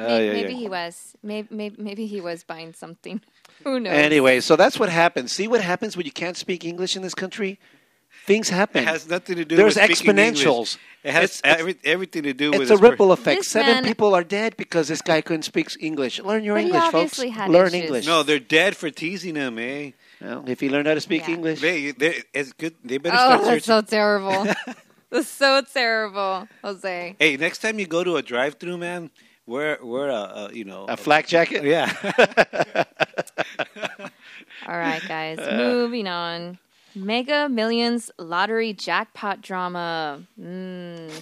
Oh, yeah, maybe yeah. he was. Maybe, maybe maybe he was buying something. Who knows? Anyway, so that's what happens. See what happens when you can't speak English in this country. Things happen. It has nothing to do. There's with speaking exponentials. English. It has It's- it's- every, everything to do with It's a his per- ripple effect. This Seven man- people are dead because this guy couldn't speak English. Learn your But he English, folks. obviously had Learn issues. English. No, they're dead for teasing him, eh? Well, if he learned how to speak Yeah. English, They, they, it's good. They better Oh, start that's searching. so terrible. that's so terrible, Jose. hey, next time you go to a drive-through, man, wear wear a, a you know a flak jacket. yeah. All right, guys. Moving on. Mega Millions lottery jackpot drama. Mm.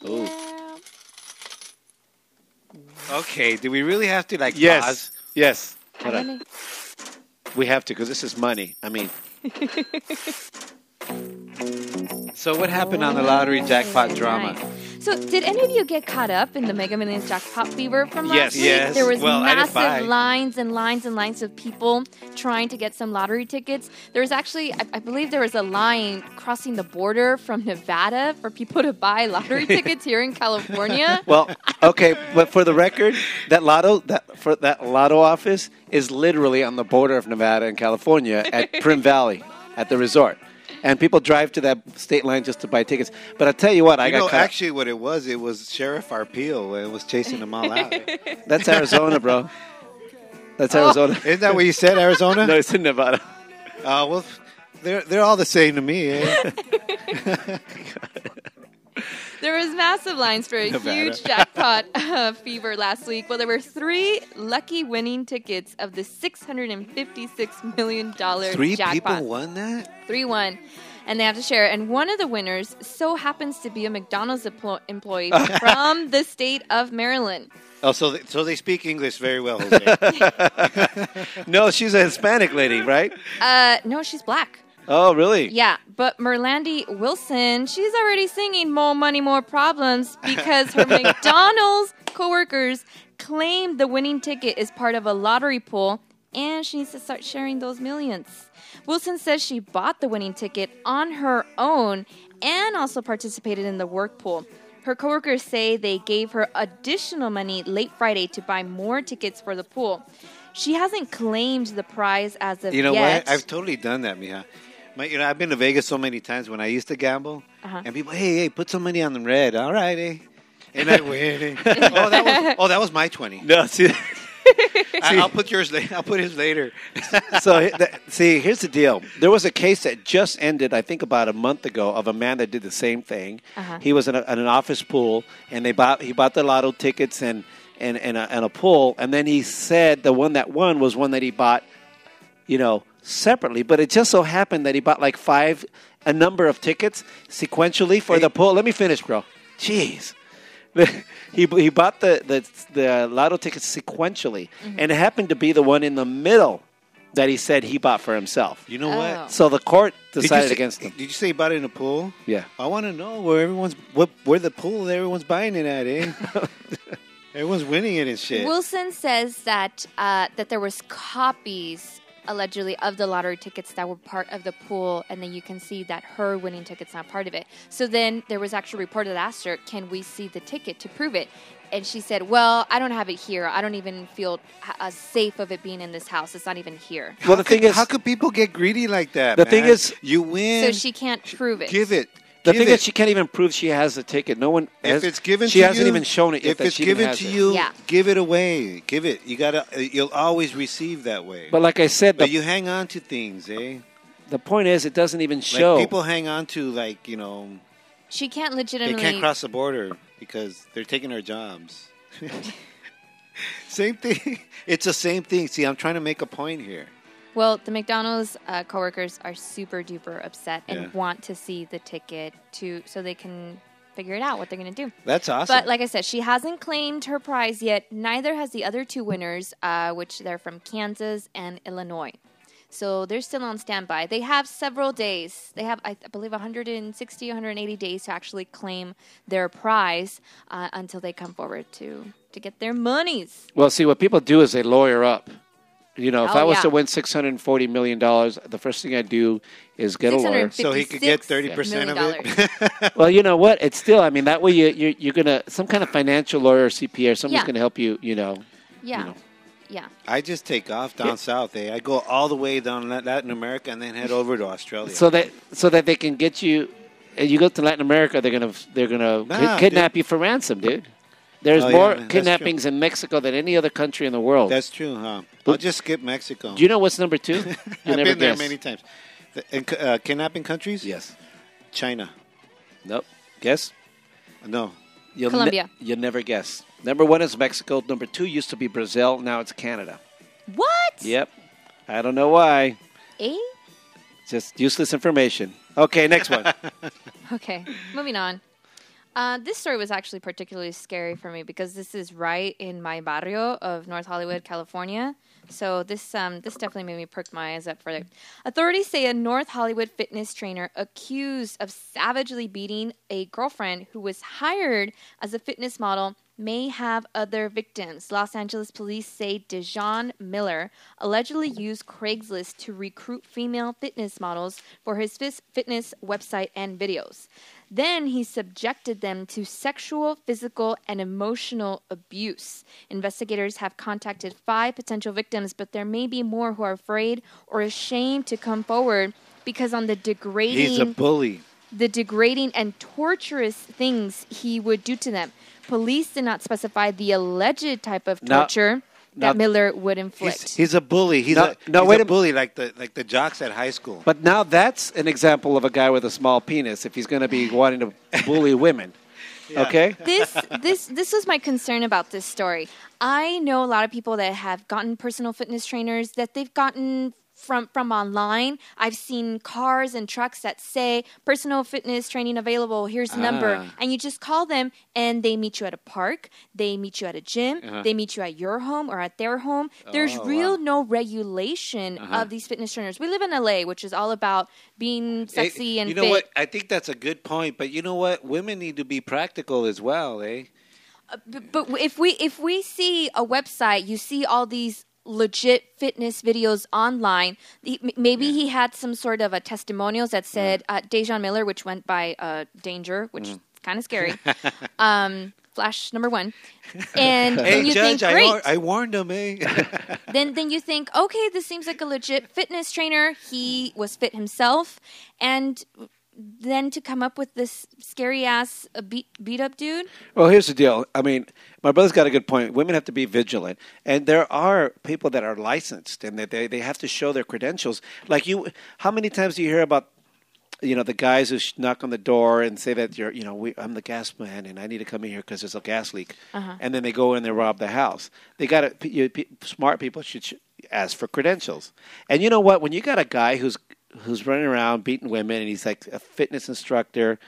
Yeah. okay, do we really have to like Yes. pause? Yes. I'm Hold on. gonna- We have to because this is money. I mean, So what happened on the lottery jackpot Nice. drama? So, did any of you get caught up in the Mega Millions jackpot fever from last Yes. week? Yes. There was Well, I didn't buy. massive lines and lines and lines of people trying to get some lottery tickets. There was actually, I, I believe, there was a line crossing the border from Nevada for people to buy lottery tickets here in California. well, okay, but for the record, that lotto that for that lotto office is literally on the border of Nevada and California at Prim Valley at the resort. And people drive to that state line just to buy tickets. But I tell you what, I You got know, caught up. actually, what it was, it was Sheriff Arpeel and was chasing them all out. Oh. That's Arizona, bro. That's Arizona. Isn't that what you said, Arizona? No, it's in Nevada. Uh, well, they're they're all the same to me. Eh? There was massive lines for a Nevada. huge jackpot uh, fever last week. Well, there were three lucky winning tickets of the $656 million Three jackpot. people won that. 3 1. And they have to share. And one of the winners so happens to be a McDonald's emplo- employee from the state of Maryland. Oh, so they, so they speak English very well. Jose. No, she's a Hispanic lady, right? Uh, no, she's black. Oh, really? Yeah, but Merlandi Wilson, she's already singing More Money, More Problems because her McDonald's coworkers claim the winning ticket is part of a lottery pool and she needs to start sharing those millions. Wilson says she bought the winning ticket on her own and also participated in the work pool. Her coworkers say they gave her additional money late Friday to buy more tickets for the pool. She hasn't claimed the prize as of You know yet. what? I've totally done that, Mija. My, you know, I've been to Vegas so many times when I used to gamble, Uh-huh. and people, hey, hey, put some money on the red. All right, eh? And I win. eh? oh, that was oh, that was my twenty. No, see, I, I'll put yours. Later. I'll put his later. so he- that, see, here's the deal. There was a case that just ended, I think, about a month ago, of a man that did the same thing. Uh-huh. He was in, a, in an office pool, and they bought he bought the lotto tickets and and and a, and a pool, and then he said the one that won was one that he bought, you know, separately. But it just so happened that he bought like five, a number of tickets sequentially for the pool. Let me finish, bro. Jeez. he he bought the the, the lotto tickets sequentially, Mm-hmm. and it happened to be the one in the middle that he said he bought for himself. You know Oh. what? So the court Did you decided say- against him. Did you say you bought it in a pool? Yeah. I want to know where everyone's what where the pool that everyone's buying it at, eh? everyone's winning it and shit. Wilson says that uh, that there was copies allegedly of the lottery tickets that were part of the pool, and then you can see that her winning ticket's not part of it. So then there was actually a reporter that asked her, "Can we see the ticket to prove it?" And she said, "Well, I don't have it here. I don't even feel h- uh, safe of it being in this house. It's not even here." Well, the thing could- is, how could people get greedy like that? The thing man? is- you win. So she can't prove it. give it. the Give thing it. is, she can't even prove she has the ticket. No one. if has- it's given, she to hasn't you- even shown it yet. If that it's she even given has to it. you, Yeah. give it away. Give it. You gotta. You'll always receive that way. but like I said, the, But you hang on to things, eh? the point is, it doesn't even Like show. people hang on to like you know She can't they legitimately. can't cross the border because they're taking our jobs. same thing. It's the same thing. See, I'm trying to make a point here. Well, the McDonald's uh, coworkers are super duper upset and Yeah. want to see the ticket to so they can figure it out what they're going to do. That's awesome. But like I said, she hasn't claimed her prize yet. Neither has the other two winners, uh, which they're from Kansas and Illinois. So they're still on standby. They have several days. They have, I th- believe, 160, 180 days to actually claim their prize uh, until they come forward to to get their monies. Well, see, what people do is they lawyer up. You know, if Oh, I was yeah. to win six hundred and forty million dollars, the first thing I do is get a lawyer. So he could get 30% $56 of it? million. Well, you know what? It's still. I mean, that way you, you you're gonna some kind of financial lawyer or CPA or someone's Yeah. gonna help you. You know, yeah. know. Yeah. I just take off down Yeah. south. Eh? I go all the way down Lat- Latin America and then head over to Australia. so that so that they can get you. and You go to Latin America, they're gonna they're gonna Nah, ki- kidnap you for ransom, dude. There's Oh, yeah, more man, that's true. kidnappings in Mexico than any other country in the world. That's true, huh? I'll But- just skip Mexico. Do you know what's number two? You'll I've never been there guess. many times. The- In c- uh, kidnapping countries? Yes. China. Nope. Guess. No. You'll Colombia. Ne- you'll never guess. Number one is Mexico. Number two used to be Brazil. Now it's Canada. What? Yep. I don't know why. Eh? Just useless information. Okay, next one. Okay, moving on. Uh, this story was actually particularly scary for me because this is right in my barrio of North Hollywood, California. So this um, this definitely made me perk my eyes up for it. Authorities say a North Hollywood fitness trainer accused of savagely beating a girlfriend who was hired as a fitness model may have other victims. Los Angeles police say Dejon Miller allegedly used Craigslist to recruit female fitness models for his fis- fitness website and videos. Then he subjected them to sexual, physical, and emotional abuse. Investigators have contacted five potential victims, but there may be more who are afraid or ashamed to come forward because on the degrading He's a bully. the degrading and torturous things he would do to them. Police did not specify the alleged type of Now- torture now- that Miller would inflict. He's, he's a bully. He's No, a, no, he's wait a a- bully like the like the jocks at high school. but now that's an example of a guy with a small penis if he's going to be wanting to bully women. Okay? this this this was my concern about this story. I know a lot of people that have gotten personal fitness trainers that they've gotten from from online. I've seen cars and trucks that say personal fitness training available, here's the Ah. number. And you just call them and they meet you at a park, they meet you at a gym, Uh-huh. they meet you at your home or at their home. There's Oh, real no regulation Uh-huh. of these fitness trainers. We live in LA, which is all about being It- sexy and Eh, you know fit. what? I think that's a good point. But you know what? Women need to be practical as well, eh? Uh, But, but if we if we see a website, you see all these legit fitness videos online. The- m- Maybe he had some sort of a testimonials that said uh, Dejan Miller, which went by uh, Danger, Mm. which is kind of scary. um, flash number one, and Hey, then you Judge, think I, great. war- I warned him, eh? then then you think okay, this seems like a legit fitness trainer. He was fit himself, and then to come up with this scary ass uh, beat beat up dude. Well, here's the deal. I mean, my brother's got a good point. Women have to be vigilant, and there are people that are licensed and that they, they have to show their credentials. Like you, how many times do you hear about? You know the guys who sh- knock on the door and say that you're, you know, we, I'm the gas man and I need to come in here because there's a gas leak, Uh-huh. and then they go in and they rob the house. They got to p- smart people should sh- ask for credentials. And you know what? When you got a guy who's who's running around beating women and he's like a fitness instructor,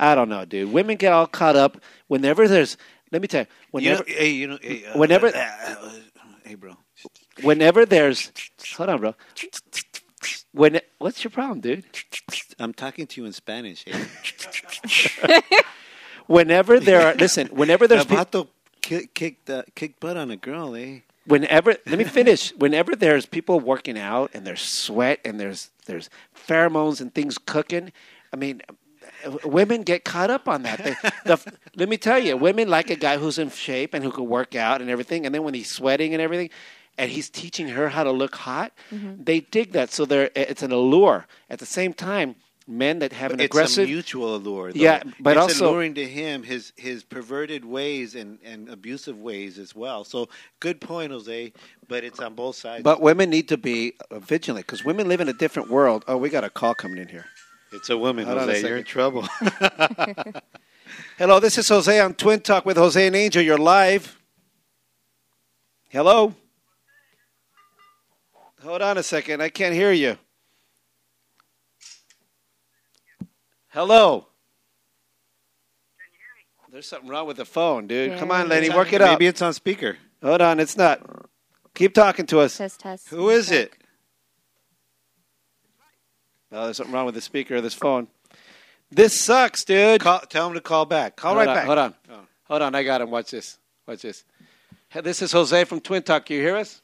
I don't know, dude. Women get all caught up whenever there's. Let me tell you. you Whenever, know, hey, you know, hey, uh, whenever- uh, uh, hey, bro. whenever there's. Hold on, bro. When what's your problem, dude? I'm talking to you in Spanish. Eh? Whenever there are, listen. Whenever there's, peop- Lavato ki- kicked uh, kicked butt on a girl, eh? whenever let me finish whenever there's people working out and there's sweat and there's there's pheromones and things cooking i mean uh, women get caught up on that they, the, let me tell you women like a guy who's in shape and who can work out and everything and then when he's sweating and everything and he's teaching her how to look hot they dig that so they're it's an allure at the same time men that have an it's aggressive a mutual allure. Though. Yeah, but it's also- alluring to him his his perverted ways and, and abusive ways as well. So good point, Jose. But it's on both sides. but women need to be uh, vigilant because women live in a different world oh we got a call coming in here it's a woman, Hold on a Jose. second. You're in trouble. Hello, this is Jose on Twin Talk with Jose and Angel. You're live. Hello. Hold on a second. I can't hear you. Hello. There's something wrong with the phone, dude. Come on, lady, work it out. Maybe it's on speaker. Hold on, it's not. Keep talking to us. Test test. Who is it? Oh, there's something wrong with the speaker of this phone. This sucks, dude. Call, tell him to call back. Call hold right on, back. Hold on. Hold on. I got him. Watch this. Watch this. Hey, this is Jose from Twin Talk. You hear us?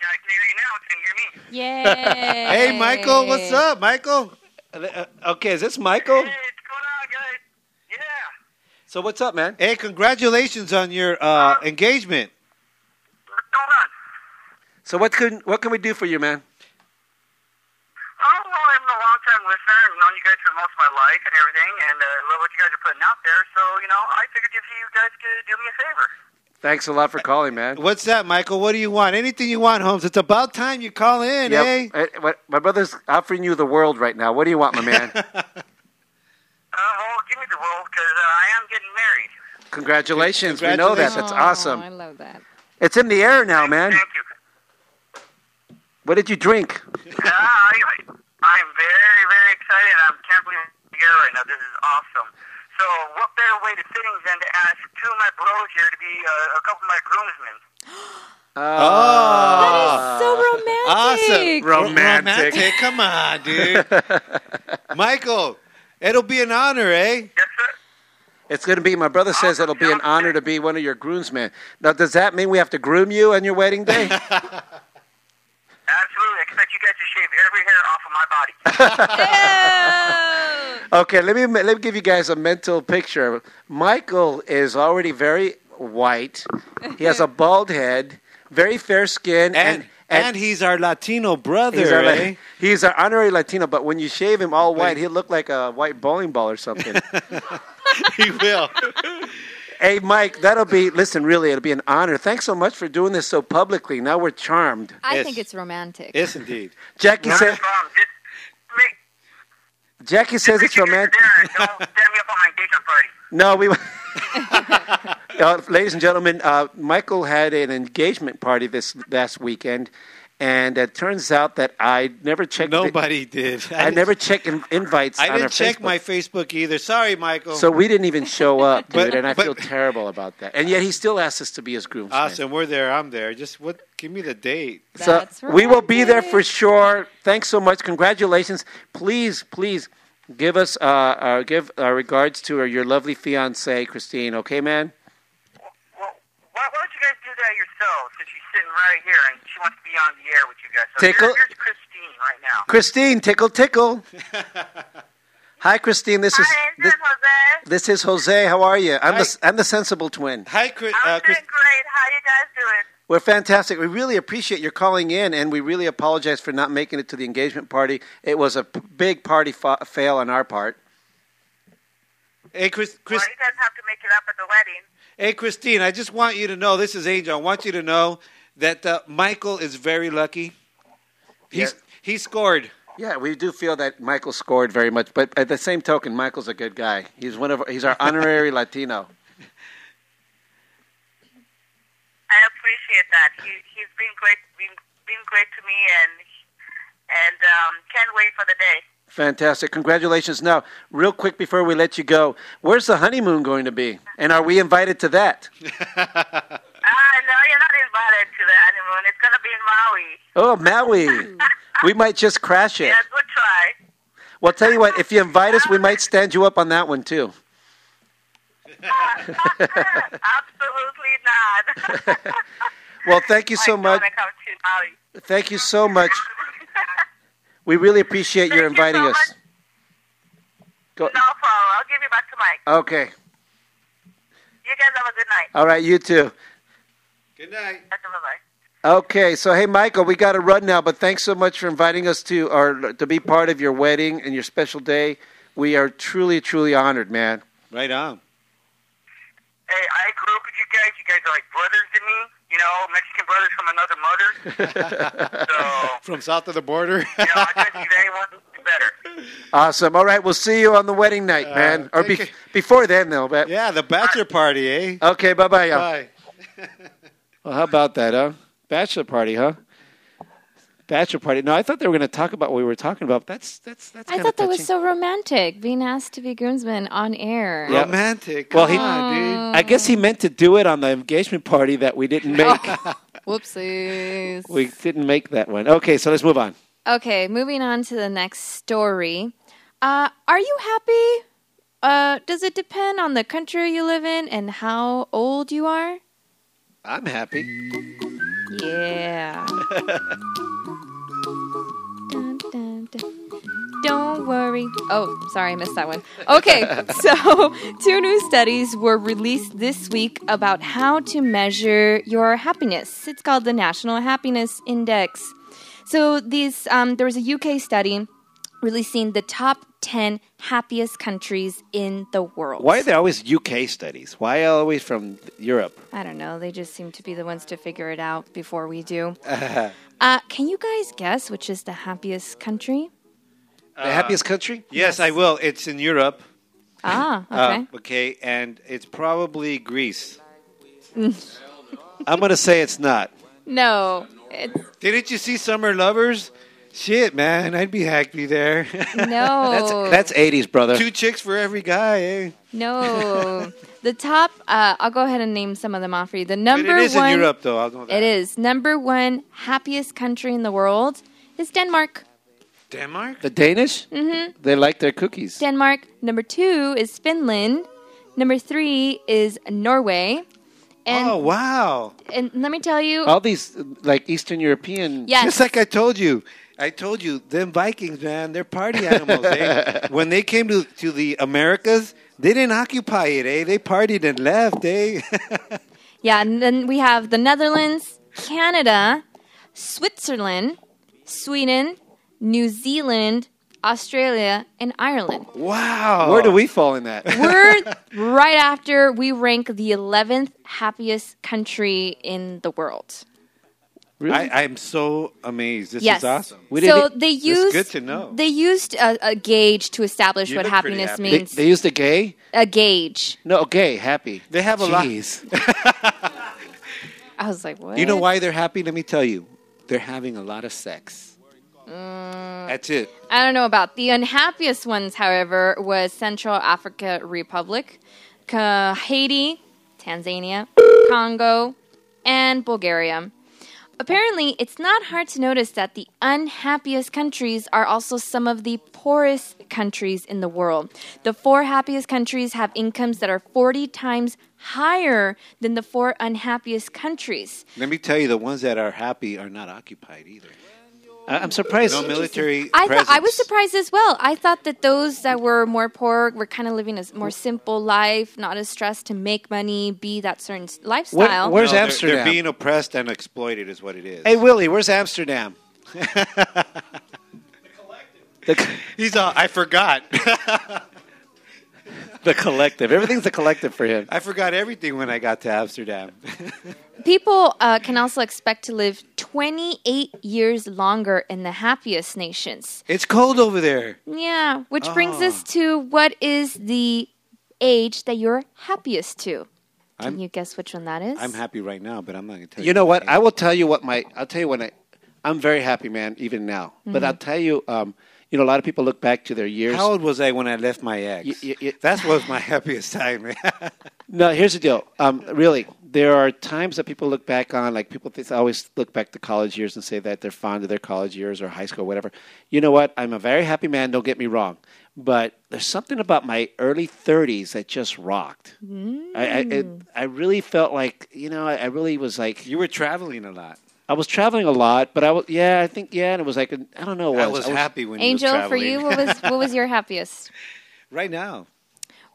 Yeah, I can hear you now. Can you hear me? Yay! Hey, Michael, what's up, Michael? Uh, okay, is this Michael? Hey, what's going on, guys? Yeah. So what's up, man? Hey, congratulations on your uh, engagement. So what can what can we do for you, man? Oh, well, I'm a long time listener. I've known you guys for most of my life and everything, and uh, love what you guys are putting out there. So, you know, I figured if you guys could do me a favor. Thanks a lot for calling, man. What's that, Michael? What do you want? Anything you want, Holmes. It's about time you call in, eh? Yep. Uh, what- My brother's offering you the world right now. What do you want, my man? Uh, well, give me the world, because uh, I am getting married. Congratulations. We know that. That's Oh, awesome. I love that. It's in the air now, man. Thank you. What did you drink? Uh, I, I'm very, very excited. I can't believe I'm here right now. This is awesome. So, what better way to things than to ask two of my bros here to be uh, a couple of my groomsmen? That Uh, is so romantic. Awesome. Romantic. Come on, dude. Michael, it'll be an honor, eh? Yes, sir. It's going to be, my brother says it'll be an honor to be one of your groomsmen. Now, does that mean we have to groom you on your wedding day? Absolutely. I expect you guys to shave every hair off of my body. Ew. okay, let me, let me give you guys a mental picture. Michael is already very white, he has a bald head, very fair skin, And, and, he's our Latino brother, He's our, eh? he's our honorary Latino, but when you shave him all white, he'll look like a white bowling ball or something. he will. hey, Mike, that'll be, listen, really, it'll be an honor. Thanks so much for doing this so publicly. Now we're charmed. I Yes. think it's romantic. Yes, indeed. Jackie, said, Um, just make, Jackie says make it's sure you're romantic. there and don't stand me up on my engagement party. No, we. Uh, ladies and gentlemen, uh, Michael had an engagement party this last weekend, and it turns out that I never checked. the- Nobody did. I didn't- never check in, invites. I on our didn't check Facebook. my Facebook either. Sorry, Michael. So we didn't even show up, dude, But- and I but- feel terrible about that. And yet he still asked us to be his groomsmen. awesome. We're there. I'm there. Just what? Give me the date. So That's we will be there romantic. for sure. Thanks so much. Congratulations. Please, please give us uh, our, give our regards to our, your lovely fiance Christine. Okay, man. Well, why, why don't you guys do that yourselves? Since she's sitting right here and she wants to be on the air with you guys. So Tickle- here- here's Christine right now. Christine, tickle tickle. Hi, Christine. This is this, Jose. this is Jose. How are you? I'm Hi. the I'm the sensible twin. Hi, Chris. Uh, Chris great. How you guys doing? We're fantastic. We really appreciate your calling in, and we really apologize for not making it to the engagement party. It was a p- big party fa- fail on our part. hey, Chris, Chris, guys have to make it up at the wedding. hey, Christine. I just want you to know. This is Angel. I want you to know that uh, Michael is very lucky. He's Yeah. he scored. Yeah, we do feel that Michael scored very much, but at the same token, Michael's a good guy. He's one of he's our honorary Latino. I appreciate that. He he's been great, been, been great to me, and and um, can't wait for the day. Fantastic! Congratulations. Now, real quick before we let you go, where's the honeymoon going to be, and are we invited to that? Ah, no, you're not invited to the honeymoon. It's gonna be in Maui. Oh, Maui. We might just crash it. Yeah, good try. Well, tell you what, if you invite us, we might stand you up on that one too. Absolutely not. Well, thank you so I much. wanna come to Maui. Thank you so much. We really appreciate your Thank you so inviting us. much. Go. No problem. I'll give you back to Mike. Okay. You guys have a good night. All right, you too. Good night. Bye bye. Okay, so hey, Michael, we got to run now, but thanks so much for inviting us to our to be part of your wedding and your special day. We are truly, truly honored, man. Right on. Hey, I grew up with you guys. You guys are like brothers to me. You know, Mexican brothers from another mother. so, From south of the border. you know, I couldn't do anyone better. Awesome. All right, we'll see you on the wedding night, man. Or take be- care. before then, though. But Uh, yeah, the bachelor party, eh? okay, bye, bye, y'all. Bye. Well, how about that, huh? Bachelor party, huh? Bachelor party. No, I thought they were going to talk about what we were talking about. But that's that's that's. I kinda thought that touching. was so romantic, being asked to be groomsman on air. Yeah. Romantic. Well, Come he- on, I guess he meant to do it on the engagement party that we didn't make. Whoopsies. we didn't make that one. Okay, so let's move on. Okay, moving on to the next story. Uh, are you happy? Uh, does it depend on the country you live in and how old you are? dude. I'm happy. Yeah. Dun, dun, dun. Don't Don't worry. Oh, sorry, I missed that one. Okay, so two new studies were released this week about how to measure your happiness. It's called the National Happiness Index. So these, um, there was a UK study releasing the top 10 happiest countries in the world. Why are there always UK studies? Why always from Europe? I don't know. They just seem to be the ones to figure it out before we do. Uh-huh. uh, can you guys guess which is the happiest country? the happiest country? Uh, Yes, I will. It's in Europe. Ah, Uh, okay. okay, and it's probably Greece. I'm going to say it's not. no. It's, Didn't you see Summer Lovers? Shit, man, I'd be happy there. no. That's 80s, brother. Two chicks for every guy, eh? no. the top, uh, I'll go ahead and name some of them off for you. The But number it is one. in Europe, though. I'll go with that. It is. Number one happiest country in the world is Denmark. Denmark? The Danish? Mm-hmm. They like their cookies. Denmark. Number two is Finland. Number three is Norway. And, oh, wow. and let me tell you, All these, like, Eastern European. yes. Just like I told you. I told you, them Vikings, man, they're party animals. eh? When they came to, to the Americas, they didn't occupy it, eh? They partied and left, eh? Yeah, and then we have the Netherlands, Canada, Switzerland, Sweden, New Zealand, Australia, and Ireland. wow. Where do we fall in that? We're right after we rank the 11th happiest country in the world. really? I, I'm so amazed. This yes. is awesome. We so didn't- e- they used good to know. they used a, a gauge to establish You what look pretty happiness happy. they, means. they used a gay? a gauge. No, gay, happy. They have a lot- Jeez. I was like, what? You know why they're happy? Let me tell you. They're having a lot of sex. Mm. That's it. I don't know about the unhappiest ones, however, was Central Africa Republic, Ca- Haiti, Tanzania, Congo, and Bulgaria. Apparently, it's not hard to notice that the unhappiest countries are also some of the poorest countries in the world. The four happiest countries have incomes that are 40 times higher than the four unhappiest countries. Let me tell you, the ones that are happy are not occupied either. I- I'm surprised. No military I presence. thought I was surprised as well. I thought that those that were more poor were kind of living a s- more simple life, not as stressed to make money, be that certain s- lifestyle. where- Where's they're- Amsterdam? They're being oppressed and exploited, is what it is. Hey, Willie, where's Amsterdam? the, he's all, I forgot. the collective. Everything's a collective for him. I forgot everything when I got to Amsterdam. People uh, can also expect to live 28 years longer in the happiest nations. it's cold over there. Yeah, which brings us to what is the age that you're happiest to? Can I'm- you guess which one that is? I'm happy right now, but I'm not going to tell you. You know what? I will tell you what my. I'll tell you when I. I'm very happy, man, even now. But I'll tell you, um, you know, a lot of people look back to their years. How old was I when I left my ex? Y- y- y- that was my happiest time. man. No, here's the deal. Um, really, there are times that people look back on, like people th- always look back to college years and say that they're fond of their college years or high school, whatever. You know what? I'm a very happy man. Don't get me wrong, but there's something about my early 30s that just rocked. I, I, it, Hmm. I really felt like you know, I, I really was like you were traveling a lot. I was traveling a lot, but I was yeah, I think yeah, and it was like I don't know. What I was happy when you Angel, were for traveling. you, what was what was your happiest? right now.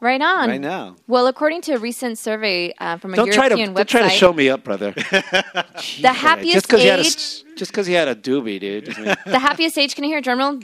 Right on. Right now. Well, according to a recent survey uh, from a Don't try European to website, don't try to show me up, brother. the happiest just because age. he had a s- just because he had a doobie, dude. doesn't mean- the happiest age. Can I hear a drum roll?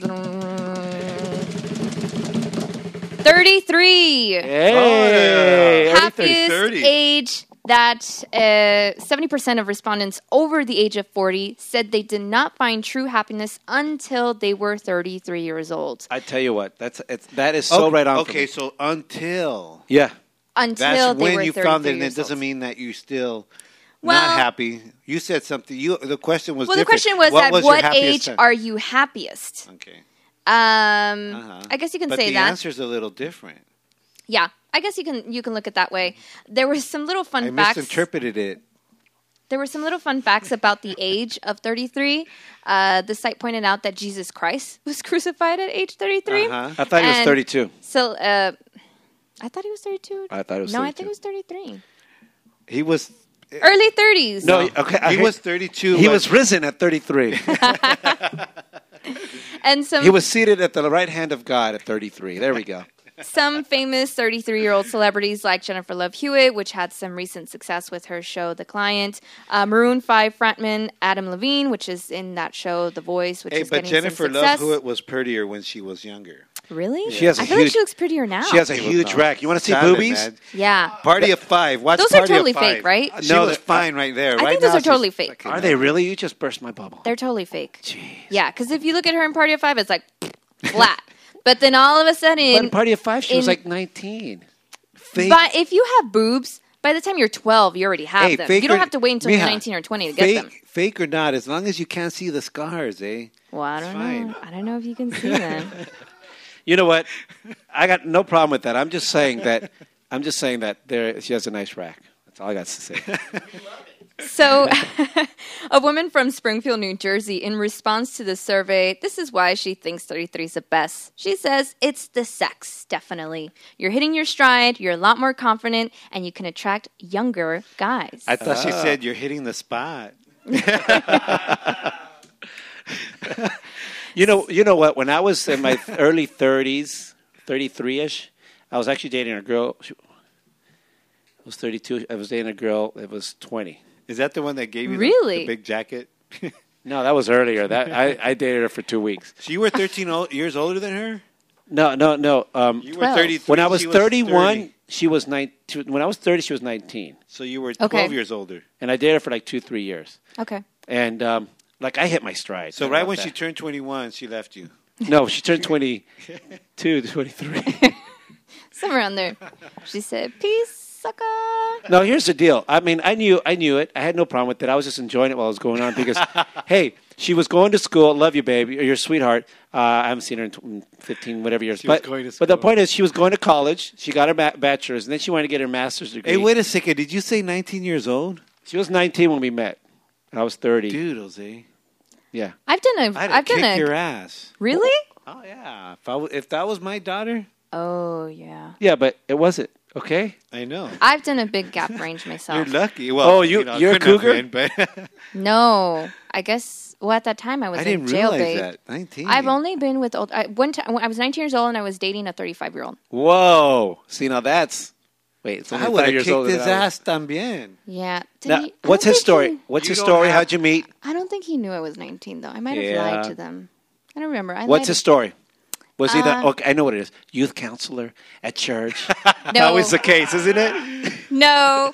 Thirty-three. Hey, early 30s. happiest age that uh, seventy percent of respondents over the age of forty said they did not find true happiness until they were thirty-three years old. I tell you what, that's it's, that is so right on. for Okay, me. so until yeah, Until that's they were when you 33 found it, and years it doesn't old. mean that you still Well- not happy. You said something. You the question was Well, the different. question was what at was your what happiest age time? are you happiest? okay? Um, Uh-huh. I guess you can but say the that. answer's a little different. Yeah, I guess you can you can look at that way. There were some little fun I facts. misinterpreted it. There were some little fun facts about the age of 33. Uh, the site pointed out that Jesus Christ was crucified at age 33. Uh-huh. I thought he was And- 32. So uh, I thought he was 32. I thought he was no, I think 32. it was 33. He was eh, Early 30s. No, uh, okay, I he heard- was thirty two. He was risen at 33. and some He was seated at the right hand of God at 33. There we go. some famous 33 year old celebrities like Jennifer Love Hewitt, which had some recent success with her show The Client, uh, Maroon 5 frontman Adam Levine, which is in that show The Voice, which Hey, is but getting Jennifer some success. Love Hewitt was prettier when she was younger. Really? She has I a feel like huge- she looks prettier now. She has a She was huge not. rack. You want to see Sounded, boobies? man. yeah. Party of five. Watch Those are Party totally of five. fake, right? She No, was they're- fine right there. I right think those now are totally she's fake. fucking- Are they really? You just burst my bubble. They're totally fake. Yeah, because if you look at her in Party of Five, it's like flat. but then all of a But in sudden, Party of Five, she was in- like 19. Fake. but if you have boobs, by the time you're 12, you already have Hey, them. fake You don't or- have to wait until Mija, you're 19 or 20 to get fake, them. fake or not, as long as you can't see the scars, eh? Well, I don't fine. know. I don't know if you can see them. You know what? I got no problem with that. I'm just saying that. I'm just saying that there. She has a nice rack. That's all I got to say. So, a woman from Springfield, New Jersey, in response to the survey, this is why she thinks 33 is the best. She says, It's the sex, definitely. You're hitting your stride, you're a lot more confident, and you can attract younger guys. I thought she said you're hitting the spot. You know, you know what? When I was in my early 30s, 33 ish, I was actually dating a girl. She I was 32. I was dating a girl that was 20. Is that the one that gave you the- Really? the, big jacket? No, that was earlier. That I, I dated her for two weeks. so you were 13 o- years older than her. No, no, no. Um, You were Twelve. 33. when I was she 31, 30. she was 19. When I was 30, she was 19, so you were 12 Okay. years older. and I dated her for like two, three years. okay. And um, like I hit my stride. So How right about when that? she turned 21, she left you. No, she turned 22, 23. Somewhere around there. She said, Peace, sucker. no, here's the deal. I mean, I knew I knew it. I had no problem with it. I was just enjoying it while it was going on because, hey, she was going to school. Love you, baby, or your sweetheart. Uh, I haven't seen her in tw- in 15, whatever years. was but, going to but the school. point is, she was going to college. She got her ba- bachelor's, and then she wanted to get her master's degree. Hey, wait a second. Did you say 19 years old, She was 19 when we met, and I was 30. dude? Jose, Yeah. I've done a. I'd I've, have kicked done a. your ass. really? Oh yeah. If, I w- if that was my daughter, Oh, yeah. Yeah, but it wasn't. Okay? I know. I've done a big gap range You're myself. lucky. Well, Oh, you- know, you're a couldn't cougar? have been, but no, I guess. Well, at that time, I was I in didn't jail, realize babe. that. 19. I've only been with old. I, one time, I was 19 years old and I was dating a 35 year old. Whoa. See, now that's. Wait, it's only I five would have years kicked older his than I was. ass también. Yeah. Did Now, he- I what's don't his think story? he- What's You his don't story? have- How'd you meet? I don't think he knew I was 19 though. I might have Yeah. lied to them. I don't remember. I What's his lied. story? Was he the Uh, okay? I know what it is. Youth counselor at church. No. Always the case, isn't it? no.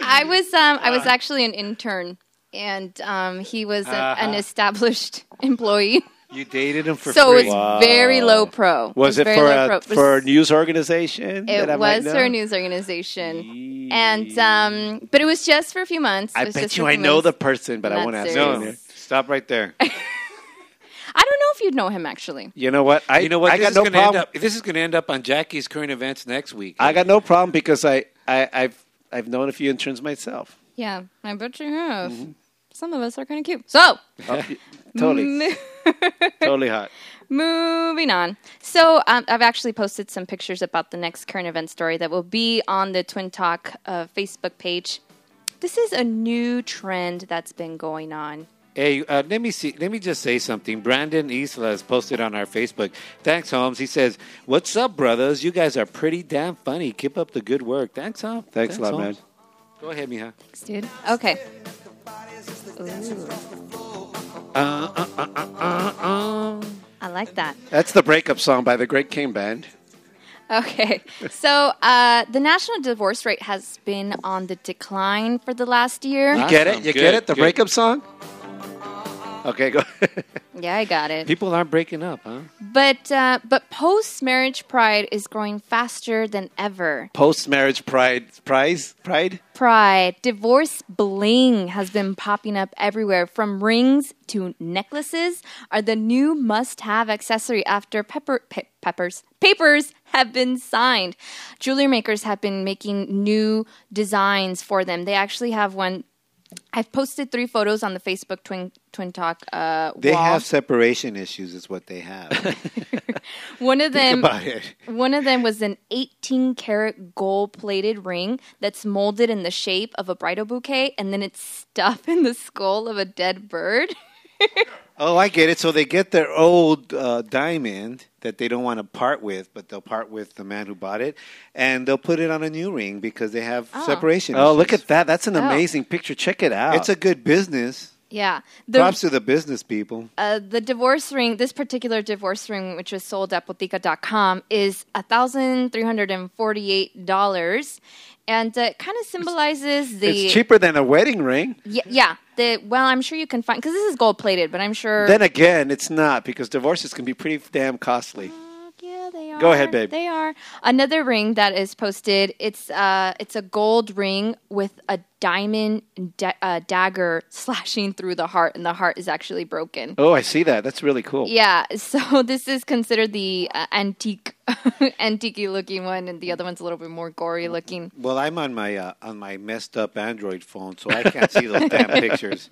I was um I Uh. was actually an intern and um he was a, Uh-huh. an established employee. You dated him for so free. it's very low pro. It's Was it very for low pro. a, for a news organization? It that I might was know? for a news organization. And um but it was just for a few months. It I was bet just you for a I few know months. the person, but I Not won't ask. serious. you no, there. stop right there. I don't know if you'd know him actually. You know what? I You know what? I This got is no gonna end problem. up- this is going to end up on Jackie's current events next week. I got no problem because I, I I've I've known a few interns myself. Yeah, I bet you have. Some of us are kind of cute. So, Mm-hmm. Totally, totally hot. moving on. So, um, I've actually posted some pictures about the next current event story that will be on the Twin Talk uh, Facebook page. This is a new trend that's been going on. Hey, uh, let me see. Let me just say something. Brandon Isla has posted on our Facebook. Thanks, Holmes. He says, "What's up, brothers? You guys are pretty damn funny. Keep up the good work." Thanks, Holmes. Thanks, a lot, man. Holmes. Go ahead, Mija. Thanks, dude. Okay. Uh, I like that. That's the breakup song by the Great King Band. Okay. So uh, the national divorce rate has been on the decline for the last year. Huh? Get it? Awesome. You Good, get it? The good. breakup song. Okay, go. Yeah, I got it. People aren't breaking up, huh? But uh, but post marriage pride is growing faster than ever. Post marriage pride, prize, pride. Pride, divorce bling has been popping up everywhere. From rings to necklaces are the new must-have accessory after pepper pe- peppers papers have been signed. Jewelry makers have been making new designs for them. They actually have one I've posted three photos on the Facebook Twin Twin Talk uh, They wall. have separation issues, is what they have. one of them. About it. One of them was an 18 karat gold plated ring that's molded in the shape of a bridal bouquet, and then it's stuffed in the skull of a dead bird. Oh, I get it. So they get their old uh, diamond that they don't want to part with, but they'll part with the man who bought it, and they'll put it on a new ring because they have separation. Oh, issues. look at that. That's an Oh. amazing picture. Check it out. It's a good business. Yeah. Props The, to the business people. uh, the divorce ring, this particular divorce ring, which was sold at botica.com, is $1,348. And uh, it kind of symbolizes the. it's cheaper than a wedding ring. Yeah. yeah the, well, I'm sure you can find. Because this is gold plated, but I'm sure. Then again, it's not because divorces can be pretty damn costly. Yeah, they are. Go ahead, babe. They are. Another ring that is posted. It's uh, it's a gold ring with a diamond da- uh, dagger slashing through the heart, and the heart is actually broken. Oh, I see that. That's really cool. Yeah. So this is considered the uh, antique, antique looking one, and the other one's a little bit more gory looking. Well, I'm on my uh, on my messed up Android phone, so I can't see those damn pictures.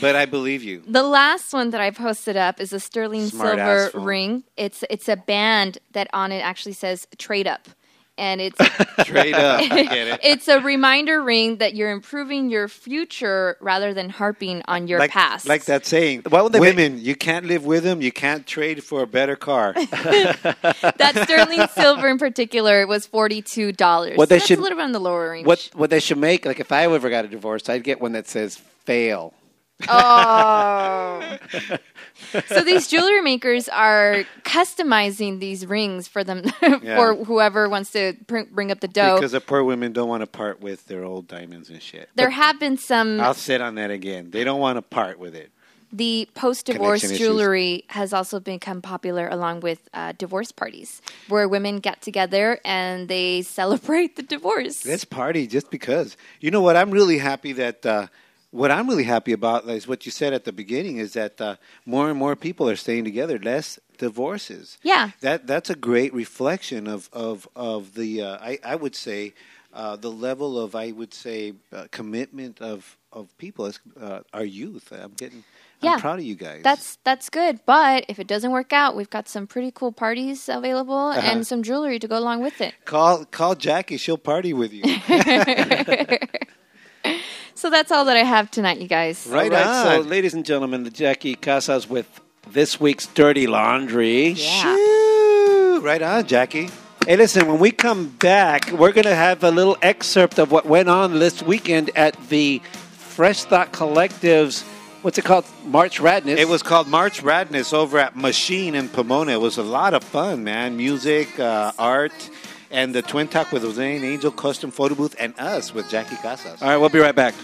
But I believe you. The last one that I posted up is a sterling Smart ass silver fool. ring. It's it's a band that on it actually says trade up, and it's. Trade up. I get it. it's a reminder ring that you're improving your future rather than harping on your like, past. like that saying. Why would they make- Women, you can't live with them. You can't trade for a better car. That sterling silver in particular was forty two dollars. What What they that's should- a little bit on the lower range. What what they should make, like if I ever got a divorce, I'd get one that says fail. Oh. so these jewelry makers are customizing these rings for them Yeah. for whoever wants to pr- bring up the dough. because the poor women don't want to part with their old diamonds and shit. there have been some I'll sit on that again. They don't want to part with it. the post-divorce Connection issues. jewelry has also become popular along with uh, divorce parties where women get together and they celebrate the divorce Let's party just because. You know what? I'm really happy that. Uh, what I'm really happy about is what you said at the beginning is that uh, more and more people are staying together, less divorces. Yeah. that that's a great reflection of of of the uh, I I would say uh, the level of I would say uh, commitment of of people as uh, our youth. I'm getting. Yeah. I'm proud of you guys. that's that's good but if it doesn't work out we've got some pretty cool parties available Uh-huh. and some jewelry to go along with it call call Jackie. She'll party with you. so that's all that i have tonight you guys Right All on. So, ladies and gentlemen, the Jackie Casas with this week's dirty laundry. yeah Shoo. Right on, Jackie. Hey, listen, when we come back, we're going to have a little excerpt of what went on this weekend at the Fresh Thought Collective's, what's it called? March Radness. It was called March Radness over at Machine in Pomona. It was a lot of fun, man. Music, uh, art, and the Twin Talk with Jose and Angel, Custom Photo Booth, and us with Jackie Casas. All right, we'll be right back.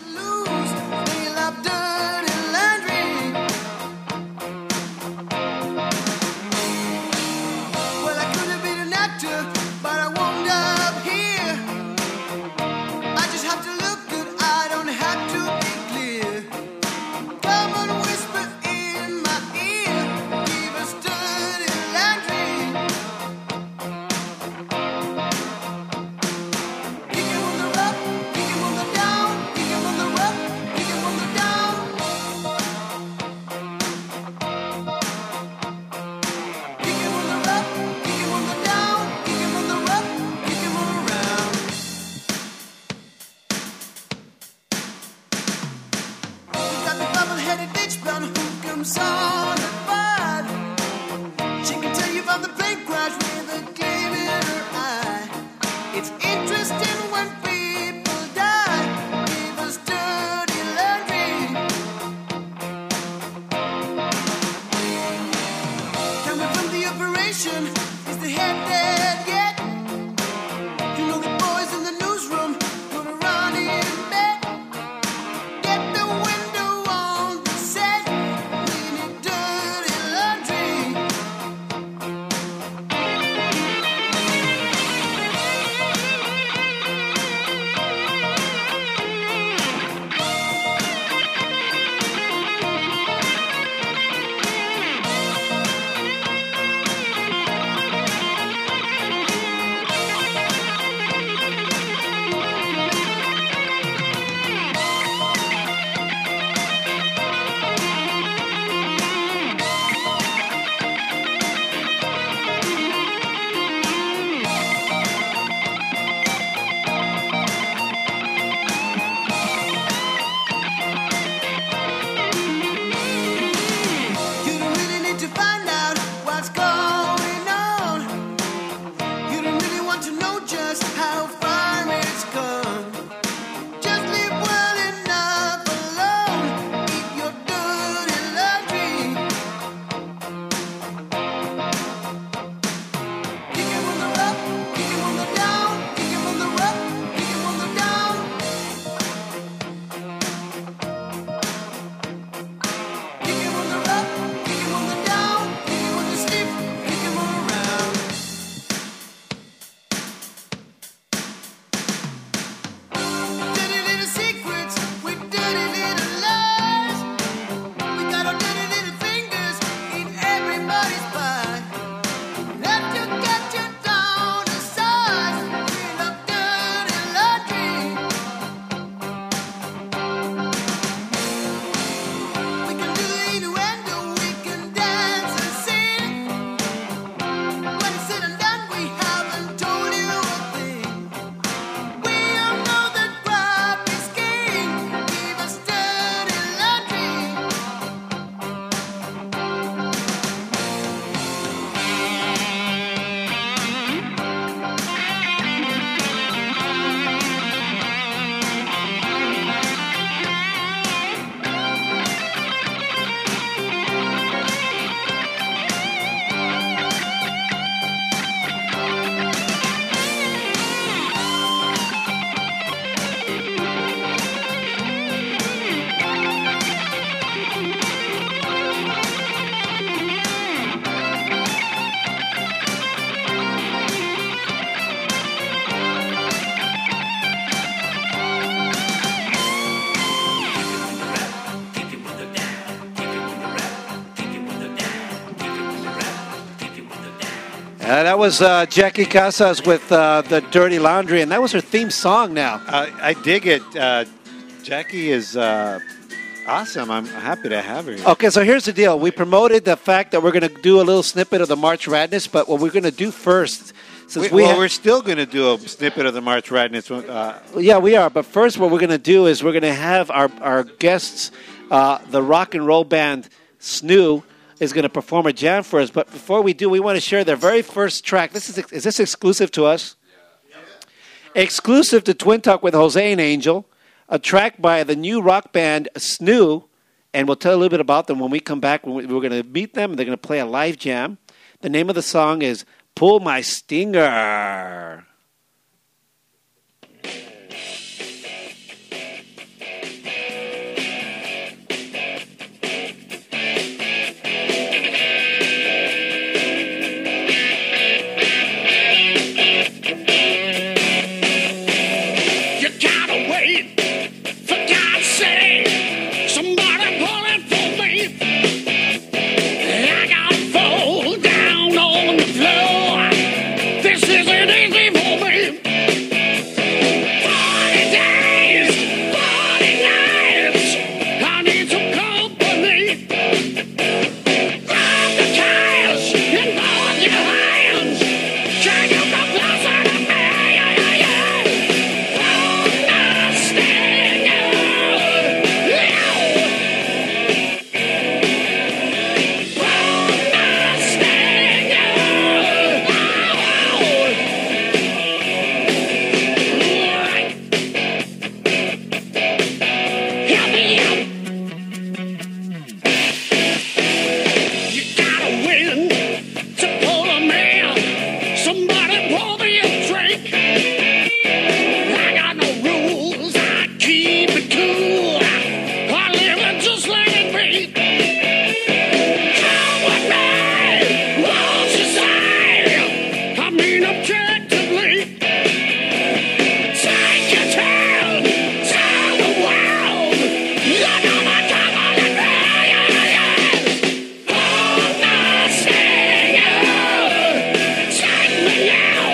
On the bud, she can tell you about the plane crash with a gleam in her eye. It's interesting when people die. Give us dirty laundry. Coming from the operation is the head dead yet? You know the boys in the newsroom gonna run in bed. Get the window on the set. Lean it Uh, that was uh, Jackie Casas with uh, the Dirty Laundry, and that was her theme song. Now, Uh, I dig it. Uh, Jackie is uh, awesome. I'm happy to have her. Here. okay, so here's the deal: we promoted the fact that we're going to do a little snippet of the March Radness, but what we're going to do first, since we, we, well, ha- we're still going to do a snippet of the March Radness. Uh, yeah, we are. But first, what we're going to do is we're going to have our our guests, uh, the rock and roll band Snoo, is going to perform a jam for us. But before we do, we want to share their very first track. This is is this exclusive to us? Exclusive to Twin Talk with Jose and Angel, a track by the new rock band Snoo, and we'll tell you a little bit about them when we come back. When we- We're going to meet them. and They're going to play a live jam. The name of the song is "Pull My Stinger." You gotta wait, for God's sake. Somebody pull it for me. I gotta fall down on the floor. This isn't easy for me. Forty days, forty nights. I need some company. Grab the cash and both your hands. Shake up the blessing of me. Somebody pour me a drink. I got no rules, I keep it cool. I live it just like it be. Come with me, won't you say? I mean objectively. Take your time, tell the world. You know my trouble and me. Hold my stinger, take me now.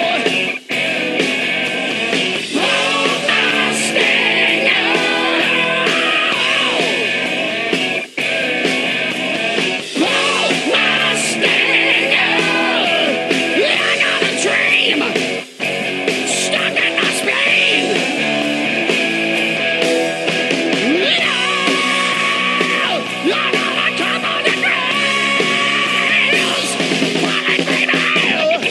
Yeah.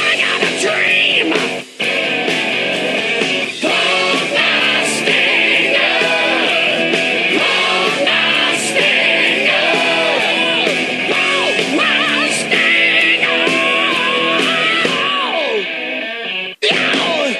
Dream! Hold my stinger! Hold my stinger! Hold my stinger! Yow! Yow!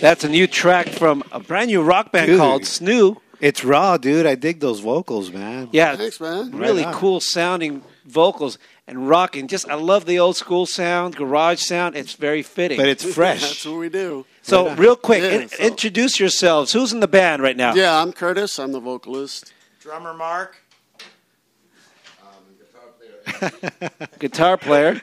That's a new track from a brand new rock band Dude. called Snoo. it's raw, dude. I dig those vocals, man. Yeah, Thanks, man. really Right on. cool sounding vocals and rock and just I love the old school sound, garage sound. It's very fitting. But it's That's fresh. what we do. so real quick, Yeah, in- so- introduce yourselves. Who's in the band right now? Yeah, I'm Curtis. I'm the vocalist. Drummer Mark. guitar player.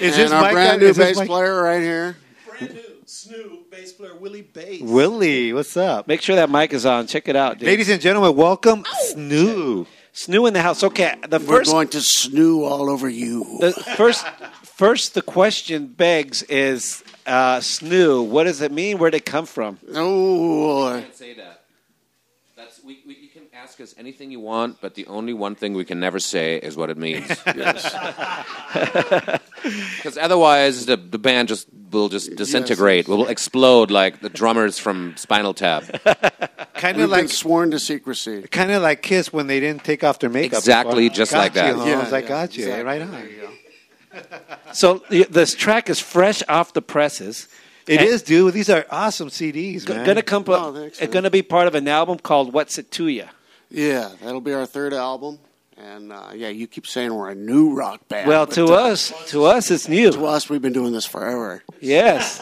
Is and this our Mike- brand new is this bass Mike- player right here. Brand new, Snoop, bass player Willie Bass. Willie, what's up? Make sure that mic is on. Check it out, dude. Ladies and gentlemen, welcome Snoo. Snoo in the house. Okay, the We're first, going to snoo all over you. the first, first, the question begs is uh, Snoo. What does it mean? Where would it come from? Oh, say that. That's we, we. You can ask us anything you want, but the only one thing we can never say is what it means. Because otherwise, the, the band just will just disintegrate. Will explode like the drummers from Spinal Tap. Kind we've of been like sworn to secrecy. kind of like Kiss when they didn't take off their makeup. Exactly, before. just Got like that. You, Yeah, Holmes, I yeah, got you. exactly. Right on. So y- this track is fresh off the presses. It is, dude. These are awesome CDs, G- man. gonna come, Oh, thanks, man. gonna be part of an album called "What's It to Ya." Yeah, that'll be our third album. And uh, yeah, you keep saying we're a new rock band. Well, but to us, to us, it's to new. us, we've been doing this forever. Yes.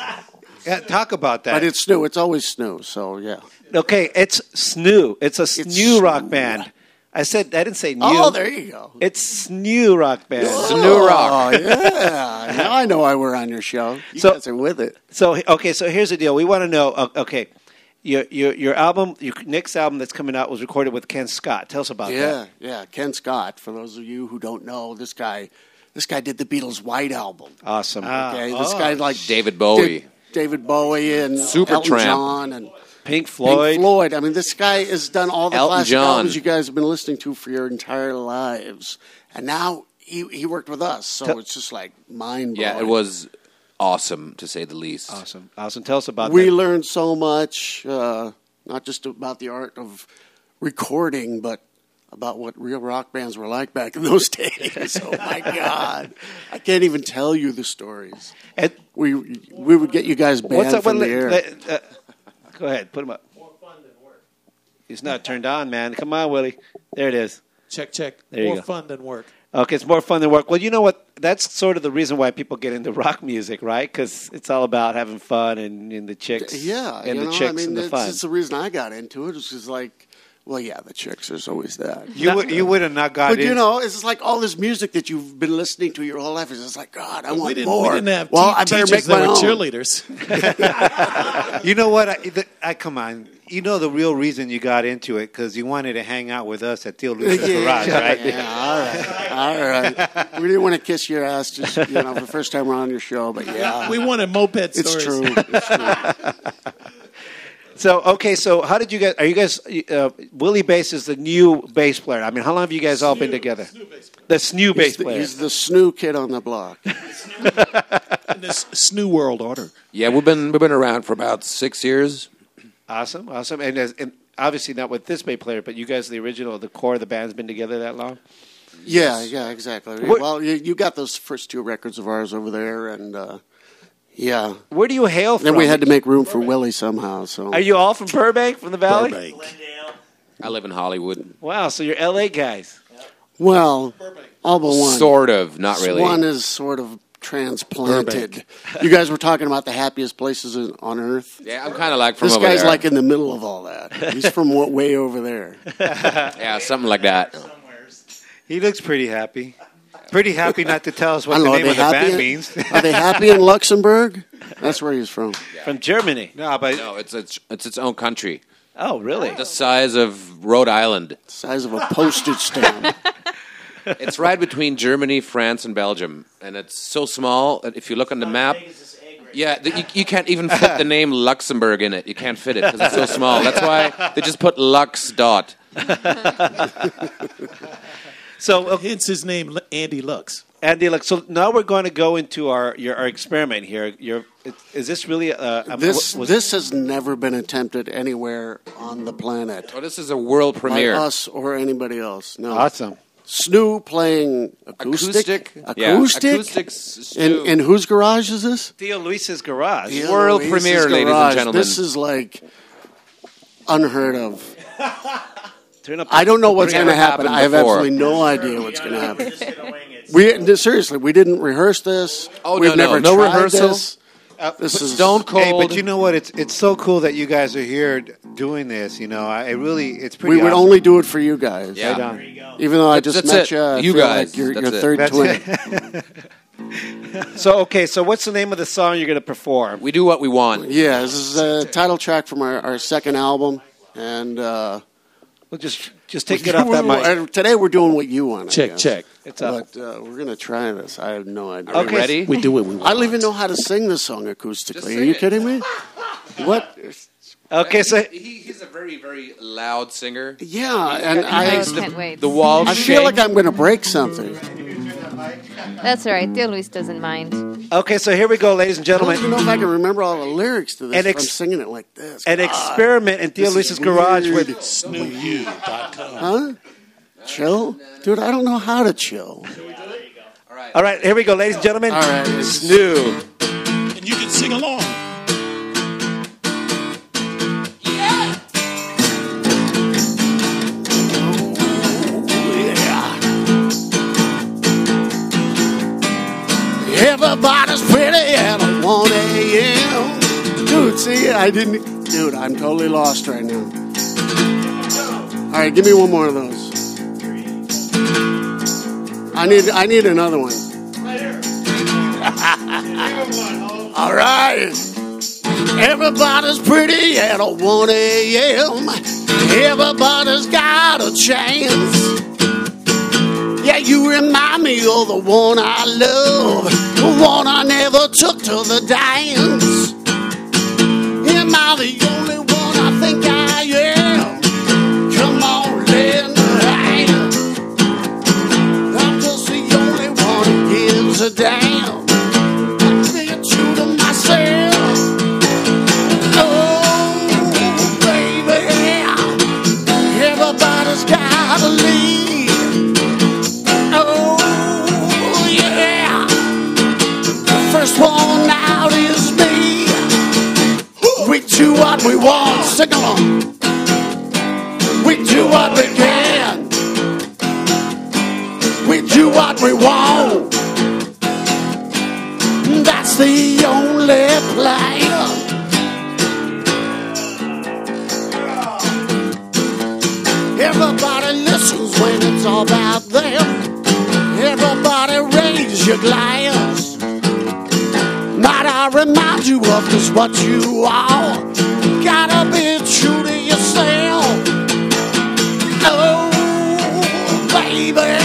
Yeah, talk about that. But it's new. It's always new. So yeah. Okay, it's Snoo. It's a Snoo rock Snoo. band. I said I didn't say new. Oh, there you go. it's Snoo rock band. new rock. Oh yeah. now I know why we're on your show. You So- guys are with it. So okay, so here's the deal. We want to know. o- Okay, your your your album, your next album that's coming out was recorded with Ken Scott. Tell us about Yeah, yeah. Ken Scott. For those of you who don't know, this guy, this guy did the Beatles' White Album. that. Awesome. Ah, Okay, this guy like David Bowie. did David Bowie and Supertramp. Elton John and Pink Floyd. Floyd. Floyd. I mean, this guy has done all the Elton classic John. albums you guys have been listening to for your entire lives, and now he he worked with us, so it's just like mind blowing. Yeah, it was awesome to say the least. Awesome, awesome. Tell us about We that. learned so much, uh, not just about the art of recording, but about what real rock bands were like back in those days. oh my God, I can't even tell you the stories. And We we would get you guys banned what's up? from What, the air. uh, go ahead, put him up. More fun than work. He's not turned on, man. Come on, Willie. There it is. Check, check. There you More go. fun than work. Okay, it's more fun than work. Well, you know what? That's sort of the reason why people get into rock music, right? Because it's all about having fun and, and the chicks, yeah, and you the know, chicks I mean, and the it's, fun. it's the reason I got into it. It's just like, well, yeah, the chicks. There's always that. you would you would have not got But in. you know, it's just like all this music that you've been listening to your whole life. It's just like God, I want we didn't, more. We didn't have well, te- I better make teachers my that were own. cheerleaders. You know what? I, the, I come on. You know the real reason you got into it because you wanted to hang out with us at Theo Lucas Garage, right? Yeah, all right, all right. We didn't want to kiss your ass, just you know, the first time we're on your show. But yeah, we wanted moped stories. it's true. It's true. so, okay, so how did you guys? Are you guys? Uh, Willie Bass is the new bass player. I mean, how long have you guys all been together? the new bass He's the, player. he's the snoo kid on the block. In this Snoo World order. Yeah, we've been we've been around for about six years. awesome, awesome, and, as, and obviously not with this bass player, but you guys, the original, the core of the band's been together that long. Yeah, yeah, exactly. What- Well, you, you got those first two records of ours over there, and uh, yeah, Where do you hail from? then we had to make room for Willie somehow. So Are you all from Burbank, from the Valley? I live in Hollywood. Wow, so you're LA guys. well, all but one. Sort of, not really. One is sort of transplanted. you guys were talking about the happiest places in- on earth. yeah, I'm kind of like from This over guy's there. like in the middle of all that. He's from what way over there? yeah, something like that. He looks pretty happy. Pretty happy not to tell us I what don't the know. Are name they of the happy? band in- means. are they happy in Luxembourg? That's where he's from. From Germany. no, but No, it's it's it's its own country, Oh, really? the size of Rhode Island. Size of a postage stamp. It's right between Germany, France, and Belgium, and it's so small that if you look on the map, yeah, that you, you can't even fit the name Luxembourg in it. You can't fit it because it's so small. That's why they just put Lux dot. So, okay, Hence his name, L- Andy Lux. Andy, look. So now we're going to go into our your our experiment here. Your is this really? Uh, I mean, This was- this has never been attempted anywhere on the planet Oh, this is a world by premiere. us or anybody else. No, awesome. Snoo playing acoustic, Acoustic, yeah, acoustics. And, Stu. and whose garage is this? Theo Luis's garage. The World Oasis premiere, ladies and Garage. gentlemen. This is like unheard of. Turn up. I don't know what's going Never to happen. happened I have before. absolutely no idea what's going to happen. We seriously, we didn't rehearse this. Oh, We've no, no. never No tried rehearsal? this. This is- Stone Hey, Cold. but you know what? It's it's so cool that you guys are here d- doing this. You know, I it really it's pretty. we would awesome. only do it for you guys. Yeah. Right on. There you go. Even though I That's- just that's met it. uh, you, I You feel guys. like you're That's your it. third That's twin. So okay, so what's the name of the song you're going to perform? We do what we want. yeah, this is a title track from our, our second album, and uh, we'll just just take it off that mic. Today we're doing what you want. I Check, guess. check. It's up. But uh, we're gonna try this. I have no idea. Are we Okay. ready? We do what we I don't even know how to sing this song acoustically. Are you kidding me? what? Okay, so he, he's a very very loud singer. Yeah, and He I makes the- Can't wait. the walls I feel shake. like I'm gonna break something. That's all right. Theo Luis doesn't mind. Okay, so here we go, ladies and I gentlemen. don't even know if I can remember all the lyrics to this. An if ex- I'm singing it like this. An experiment in Theo This Luis's is garage weird. with Huh? Chill, dude. I don't know how to chill. All right, here we go, ladies and gentlemen. All right. Snoo. And you can sing along. Everybody's pretty at 1 a.m. Dude, see, I didn't. Dude, I'm totally lost right now. All right, give me one more of those. I need, I need another one. All right. Everybody's pretty at 1 a.m. Everybody's got a chance. Yeah, you remind me of the one I love, the one I never took to the dance. Am I the only one I think I am? Come on, lend a hand. I'm just the only one who gives a damn. I feel true to myself. Oh, baby, everybody's got a lead. Oh, yeah. First one out is me. We do what we want. Sing along. We do what we can. We do what we want. That's the only plan. Everybody listens when it's all about them. Everybody raise your glass. Might I remind you of just what you are? Gotta be true to yourself. Oh, baby.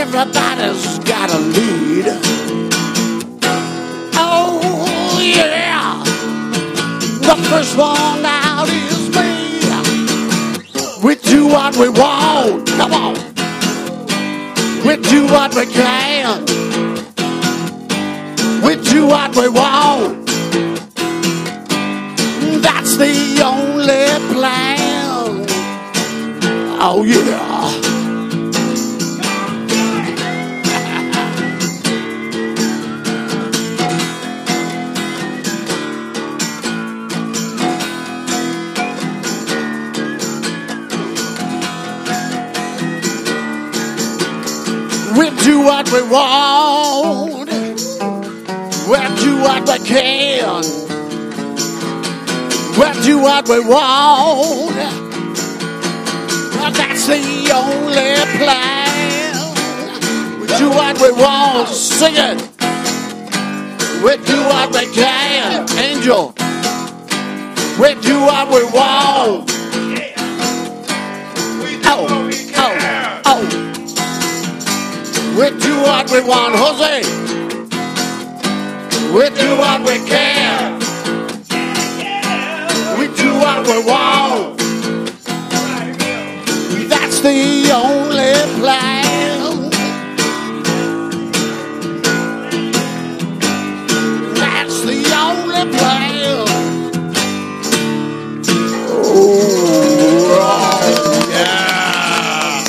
Everybody's got a lead. Oh, yeah. The first one out is me. We do what we want. Come on. We do what we can. We do what we want. That's the only plan. Oh, yeah. We do what we want. We do what we can. We do what we want. That's the only plan. We do what we want. Sing it. We do what we can. Angel. We do what we want. Oh, oh, oh. We do what we want, Jose. We do what we can. We do what we want. That's the only plan. That's the only plan. Oh, yeah.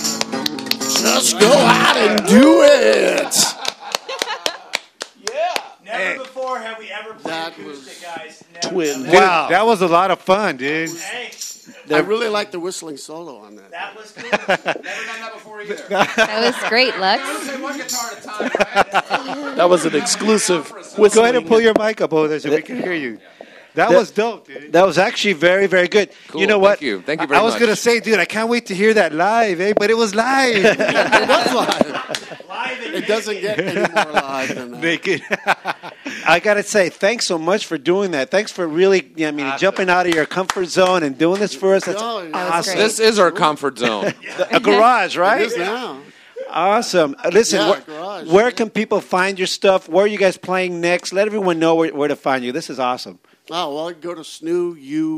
Just go out and do it. Never before have we ever played acoustic, guys. Wow, that was a lot of fun, dude. Hey, I really like the whistling solo on that. That was cool. Never done that before either. That was great, Lux. That was an exclusive. Go ahead and pull your mic up over there so we can hear you. That, was dope, dude. That was actually very, very good. Cool. You know Thank what? you. Thank you I- very I was much. gonna say, dude, I can't wait to hear that live, eh? But it was live. it was live. It doesn't get any more live than that. Naked. I gotta say, thanks so much for doing that. Thanks for really, I mean, jumping out of your comfort zone and doing this for us. That's Oh, awesome. yeah. That was great. This is our comfort zone. a garage, right? It is now. Awesome. Uh, Listen, Yeah, where, garage, where can people find your stuff? Where are you guys playing next? Let everyone know where, where to find you. This is awesome. Oh, well, go to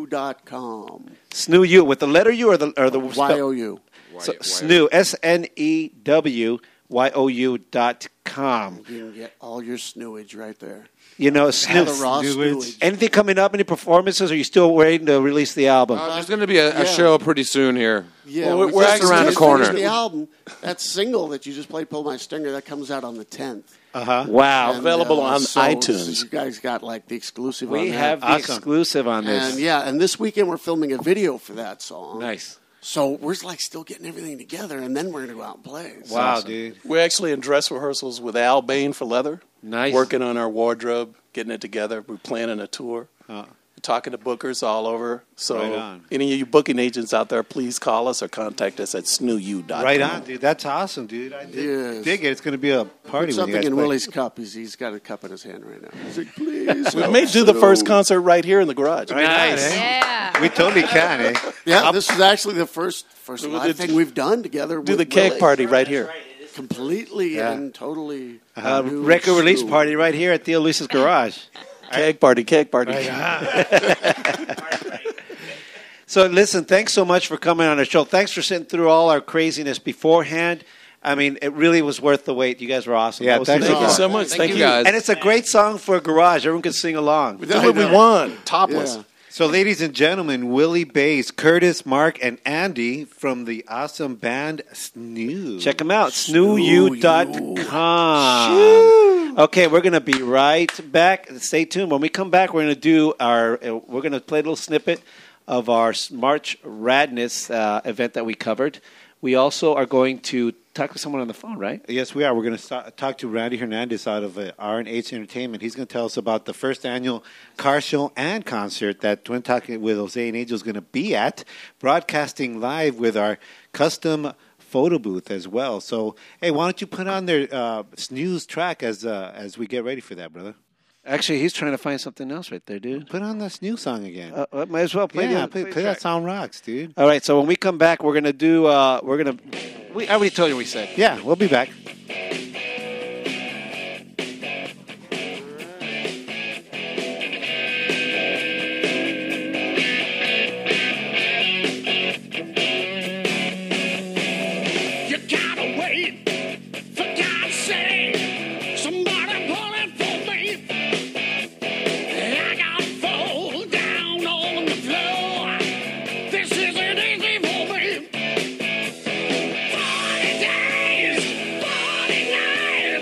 snooyou.com. Snoo U with the letter U or the or the spell- Y O U. So, Snoo S N E W Y O U dot com. You can get all your snooage right there. You know, All the raw Snoo. snooage. Anything coming up? Any performances? Are you still waiting to release the album? Uh, there's going to be a, a show pretty soon here. Yeah, we're, we we're just- just around the just corner. finished The album, that single that you just played, "Pull My Stinger," that comes out on the tenth. Uh-huh. Wow. And, uh, Available on so iTunes. You guys got like the exclusive. We on that. have the Awesome. exclusive on this. And yeah, and this weekend we're filming a video for that song. Nice. So we're like still getting everything together, and then we're going to go out and play. It's Wow, awesome. dude. We're actually in dress rehearsals with Al Bain for Leather. Nice. Working on our wardrobe, getting it together. We're planning a tour. Talking to bookers all over. So Right on. any of you booking agents out there, please call us or contact us at snooyou.com. Right on, dude. That's awesome, dude. I dig, Yes. dig it. It's going to be a party. Put when you something guys in play. Willie's cup. He's, he's got a cup in his hand right now. He's like, please. We help may do the Snoop." first concert right here in the garage. Right on, Nice. eh? Yeah. We totally can, eh? Yeah, this is actually the first first We'll live do- thing we've done together. Do with the cake Willie. party right here. completely Yeah. and totally Uh, new record release Snoop. party right here at Theo Luce's garage. Cake party, cake party. so listen, thanks so much for coming on our show. Thanks for sitting through all our craziness beforehand. I mean, it really was worth the wait. You guys were awesome. Yeah, That was thank super you fun. so much. Thank Thank you, you. guys. And it's a great song for a garage. Everyone can sing along. We did what we won. Topless. So, ladies and gentlemen, Willie Bays, Curtis, Mark, and Andy from the awesome band Snoo. Check them out, snooyou.com. Okay, we're going to be right back. Stay tuned. When we come back, we're going to do our, uh, we're going to play a little snippet of our March Radness uh, event that we covered. We also are going to talk to someone on the phone, right? Yes, we are. We're going to talk to Randy Hernandez out of uh, R&H Entertainment. He's going to tell us about the first annual car show and concert that Twin Talk with Jose and Angel is going to be at, broadcasting live with our custom photo booth as well. So, hey, why don't you put on their uh, snooze track as uh, as we get ready for that, brother? Actually, he's trying to find something else right there, dude. Put on the snooze song again. Uh, uh, might as well play yeah, the- play play, the play track. that song rocks, dude. All right, so when we come back, we're gonna do. Uh, we're gonna. We I already told you what we said. Yeah, we'll be back. You gotta wait, for God's sake. Somebody pulling for me. I got full down on the floor. This isn't easy for me. Forty days, forty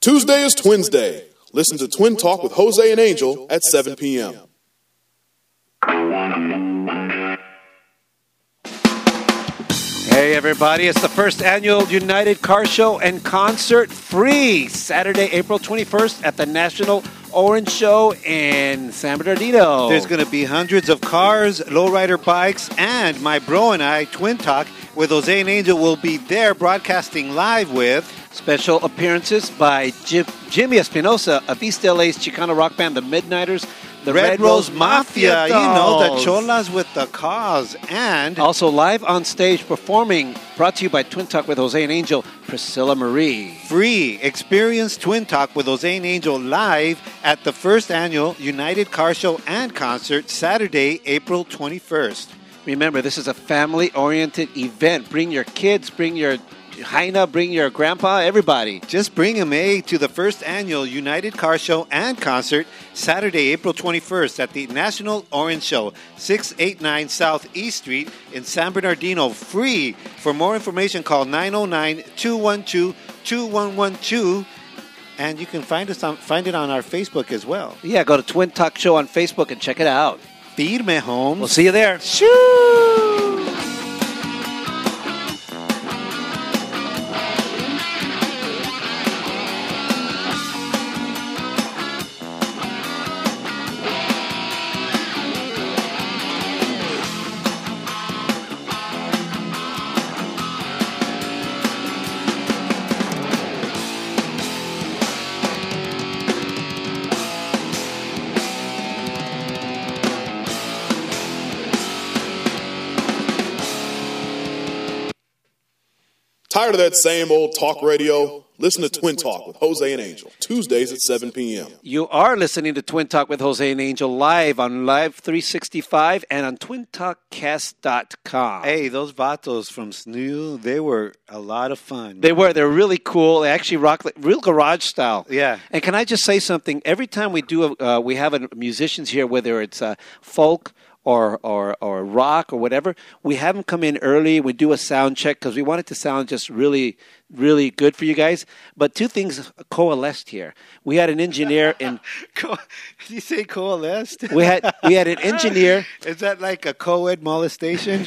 Tuesday is Twins Day. Listen to Twin Talk with Jose and Angel at 7 p.m. Hey, everybody, it's the first annual United Car Show and Concert Free, Saturday, April 21st at the National Orange Show in San Bernardino. There's going to be hundreds of cars, lowrider bikes, and my bro and I, Twin Talk, with Jose and Angel, will be there broadcasting live with special appearances by Jim, Jimmy Espinosa of East LA's Chicano rock band, The Midnighters, the Red, Rose, Mafia. You know, the dolls. Cholas with the cause. And Also, live on stage performing, brought to you by Twin Talk with Jose and Angel, Priscilla Marie. free experience Twin Talk with Jose and Angel live at the first annual United Car Show and Concert, Saturday, April 21st. Remember, this is a family oriented event. Bring your kids, bring your Heina, bring your grandpa, everybody. Just bring a A to the first annual United Car Show and Concert, Saturday, April 21st at the National Orange Show, 689 South East Street in San Bernardino. Free. For more information, call 909 212 2112. And you can find us on find it on our Facebook as well. Yeah, go to Twin Talk Show on Facebook and check it out. Firme Homes. We'll see you there. Tired of that same old talk radio? Listen to Twin Talk with Jose and Angel, Tuesdays at 7 p.m. You are listening to Twin Talk with Jose and Angel live on Live 365 and on twintalkcast.com. Hey, those vatos from Snoo, they were a lot of fun. They were. They're really cool. They actually rock like- real garage style. Yeah. And can I just say something? Every time we do, a, uh, we have a, musicians here, whether it's uh, folk or, or or rock or whatever. We have them come in early. We do a sound check because we want it to sound just really, really good for you guys. But two things coalesced here. We had an engineer and Co- Did you say coalesced? we had we had an engineer. Is that like a co-ed molestation?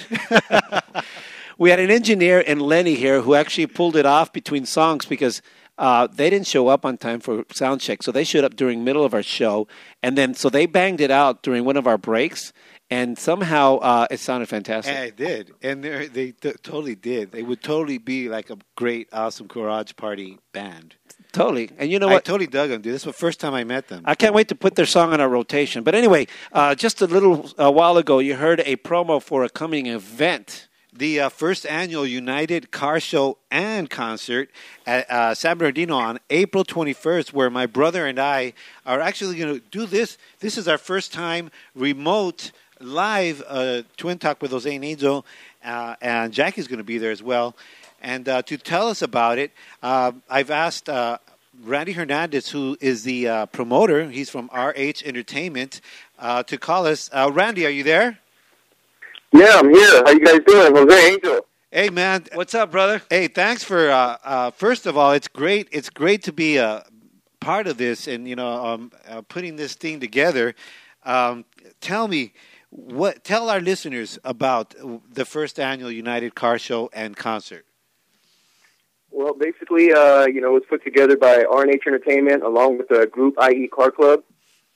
We had an engineer and Lenny here who actually pulled it off between songs because uh, they didn't show up on time for sound check, so they showed up during middle of our show, and then so they banged it out during one of our breaks, and somehow uh, it sounded fantastic. yeah, it did, and they're- they t- totally did. They would totally be like a great, awesome garage party band. Totally, and you know I what? totally dug them, dude. This was the first time I met them. I can't wait to put their song on our rotation. But anyway, uh, just a little uh, while ago, you heard a promo for a coming event. the uh, first annual United Car Show and Concert at uh, San Bernardino on April 21st, where my brother and I are actually going to do this. This is our first time remote live uh, Twin Talk with Jose and Angel, uh, and Jackie's going to be there as well. And uh, to tell us about it, uh, I've asked. Uh, Randy Hernandez, who is the uh, promoter, he's from RH Entertainment, uh, to call us. Uh, Randy, are you there? Yeah, I'm here. How you guys doing? Jose Angel. Hey, man, What's up, brother? Hey, thanks for uh, uh, first of all, it's great. It's great to be a part of this and you know um, uh, putting this thing together. Um, tell me what. Tell our listeners about the first annual United Car Show and concert. Well, basically, uh, you know, it was put together by RNH Entertainment along with the group IE Car Club.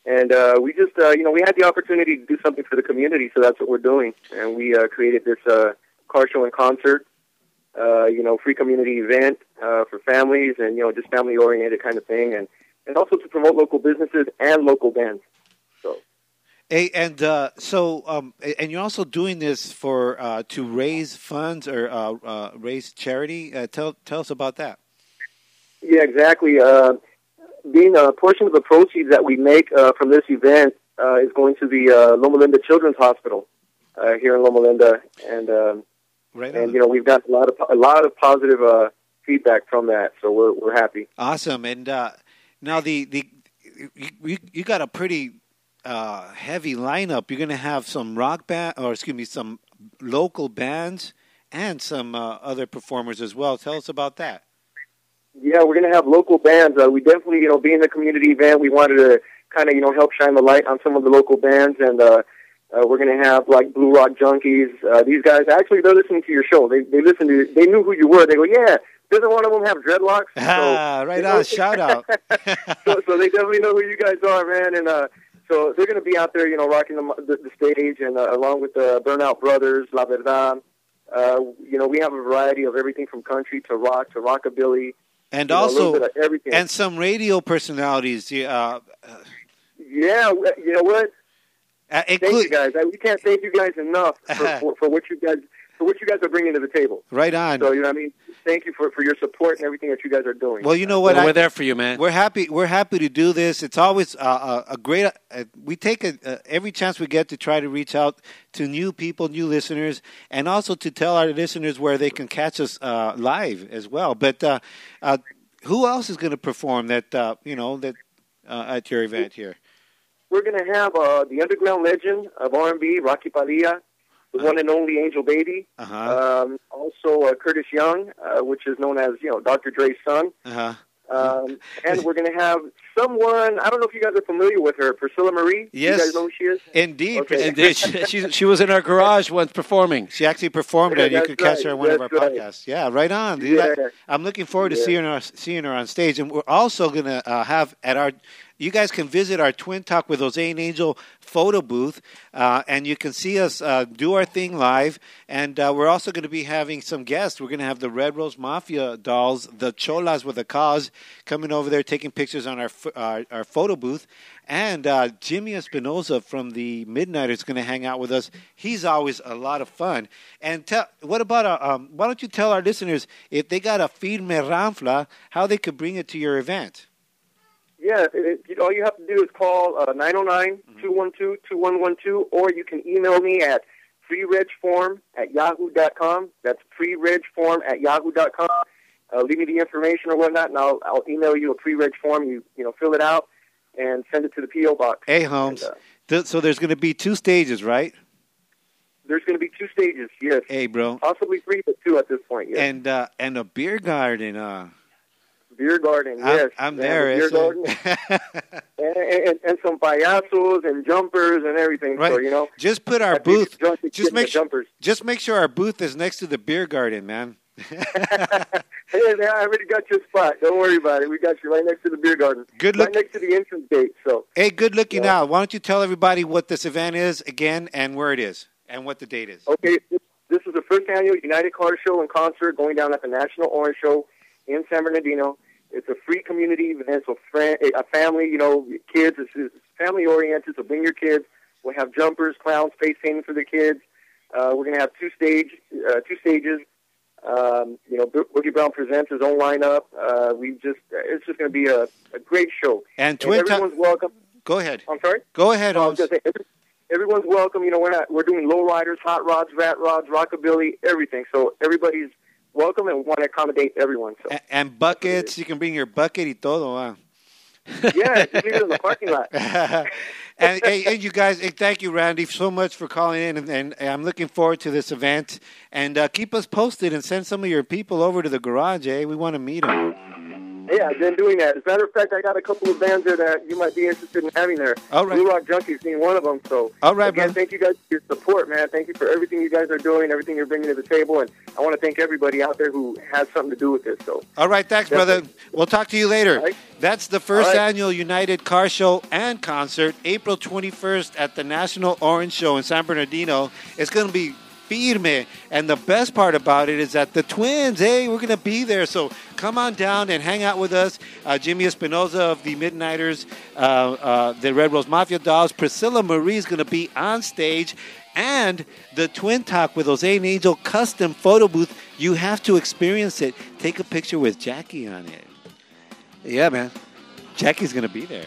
And uh, we just, uh, you know, we had the opportunity to do something for the community, so that's what we're doing. And we uh, created this uh, car show and concert, uh, you know, free community event uh, for families and, you know, just family oriented kind of thing. And, and also to promote local businesses and local bands. Hey, and uh, so um, and you're also doing this for uh, to raise funds or uh, uh, raise charity. Uh, tell tell us about that. Yeah, exactly. Uh, being a portion of the proceeds that we make uh, from this event uh, is going to the uh, Loma Linda Children's Hospital uh, here in Loma Linda, and um, Right and you know we've got a lot of a lot of positive uh, feedback from that, so we're we're happy. Awesome. And uh, now the the you, you, you got a pretty uh, heavy lineup. You're going to have some rock band, or excuse me, some local bands and some uh, other performers as well. Tell us about that. Yeah, we're going to have local bands. Uh, we definitely, you know, being a community event, we wanted to kind of, you know, help shine the light on some of the local bands. And uh, uh, we're going to have like Blue Rock Junkies. Uh, these guys, actually, they're listening to your show. They they listen to, they knew who you were. They go, yeah. Doesn't one of them have dreadlocks? Ah, right on. Shout out. so, so they definitely know who you guys are, man. And uh, so they're going to be out there, you know, rocking the, the, the stage, and uh, along with the Burnout Brothers, La Verdad. Uh, you know, we have a variety of everything from country to rock to rockabilly, And you know, a little also, bit of everything. and some radio personalities. Uh, yeah, w- you know what? Uh, thank you guys. I, we can't thank you guys enough for, for, for what you guys for what you guys are bringing to the table. right on. So you know, what I mean, thank you for, for your support and everything that you guys are doing. Well, you know what? we're there for you, man. We're happy. We're happy to do this. It's always uh, uh, a great. Uh, we take a, uh, every chance we get to try to reach out to new people, new listeners, and also to tell our listeners where they can catch us uh, live as well. But uh, uh, who else is going to perform that? Uh, you know that uh, at your event here. We're going to have uh, the underground legend of R&B, Rocky Padilla, the one and only Angel Baby, Uh-huh. um, also uh, Curtis Young, uh, which is known as you know Dr. Dre's son. Uh-huh. Um, and we're going to have someone. I don't know if you guys are familiar with her, Priscilla Marie. Yes. you guys know who she is. Indeed, Okay. Indeed. She, she, she was in our garage once performing. She actually performed it. it. You could catch her on one of our podcasts. Yeah, right on. dude. I- Yeah. I'm looking forward to Yeah. seeing her seeing her on stage, and we're also gonna uh, have at our. You guys can visit our Twin Talk with Jose and Angel photo booth, uh, and you can see us uh, do our thing live. And uh, we're also going to be having some guests. We're going to have the Red Rose Mafia dolls, the Cholas with a cause, coming over there taking pictures on our ph- our, our photo booth. And uh, Jimmy Espinoza from the Midnight is going to hang out with us. He's always a lot of fun. And tell, what about uh, um, why don't you tell our listeners if they got a firme ranfla, how they could bring it to your event? Yeah, it, it, you, all you have to do is call uh, Mm-hmm. 909-212-2112, or you can email me at freeregform at yahoo dot com. That's freeregform at yahoo dot com. Uh, leave me the information or whatnot, and I'll, I'll email you a pre-reg form. You, you know, fill it out and send it to the P.O. box. Hey, Holmes. uh, Th- so there's going to be two stages, right? There's going to be two stages, yes. Hey, bro. Possibly three, but two at this point, yes. And uh, and a beer garden. Uh, beer garden, I'm- yes. I'm They have there, a Beer it's like- garden. and, and, and some payasos and jumpers and everything, so, Right. you know. Just put our I think booth- it's drunk, it's just getting the make sure- jumpers. just make sure our booth is next to the beer garden, man. Hey, man, I already got your spot. Don't worry about it. We got you right next to the beer garden. Good right look- next to the entrance gate. So Hey, good looking Yeah. out. Why don't you tell everybody what this event is again and where it is and what the date is? okay, this, this is the first annual United Car Show and concert going down at the National Orange Show in San Bernardino. It's a free community event, so friend, a family, you know, kids. It's, it's family oriented, so bring your kids. We'll have jumpers, clowns, face painting for the kids. Uh, we're gonna have two stage, uh, two stages. Um, you know, Bo- Boogie Brown presents his own lineup. Uh, we just, it's just gonna be a, a great show. And Twin Talk- everyone's welcome. Go ahead. I'm sorry. Go ahead, I Holmes. was gonna say, every- everyone's welcome. You know, we're not we're doing low riders, hot rods, rat rods, rockabilly, everything. So everybody's welcome, and we want to accommodate everyone. So A- and buckets. You can bring your bucket y todo. ah. Huh? yeah, just leave it in the parking lot. and, hey, and you guys, hey, thank you, Randy, so much for calling in. And, and I'm looking forward to this event. And uh, keep us posted and send some of your people over to the garage, eh? We want to meet them. Yeah, I've been doing that. As a matter of fact, I got a couple of bands there that you might be interested in having there. All right. Blue Rock Junkies being one of them. So All right, again, brother. thank you guys for your support, man. Thank you for everything you guys are doing, everything you're bringing to the table, and I want to thank everybody out there who has something to do with this. So All right, thanks, brother. We'll talk to you later. That's the first All right. annual United Car Show and Concert, April 21st at the National Orange Show in San Bernardino. It's going to be firme. And the best part about it is that the twins, hey, we're going to be there. So come on down and hang out with us. Uh, Jimmy Espinoza of the Midnighters, uh, uh, the Red Rose Mafia Dolls, Priscilla Marie is going to be on stage and the Twin Talk with Jose and Angel custom photo booth. You have to experience it. Take a picture with Jackie on it. Yeah, man. Jackie's gonna be there.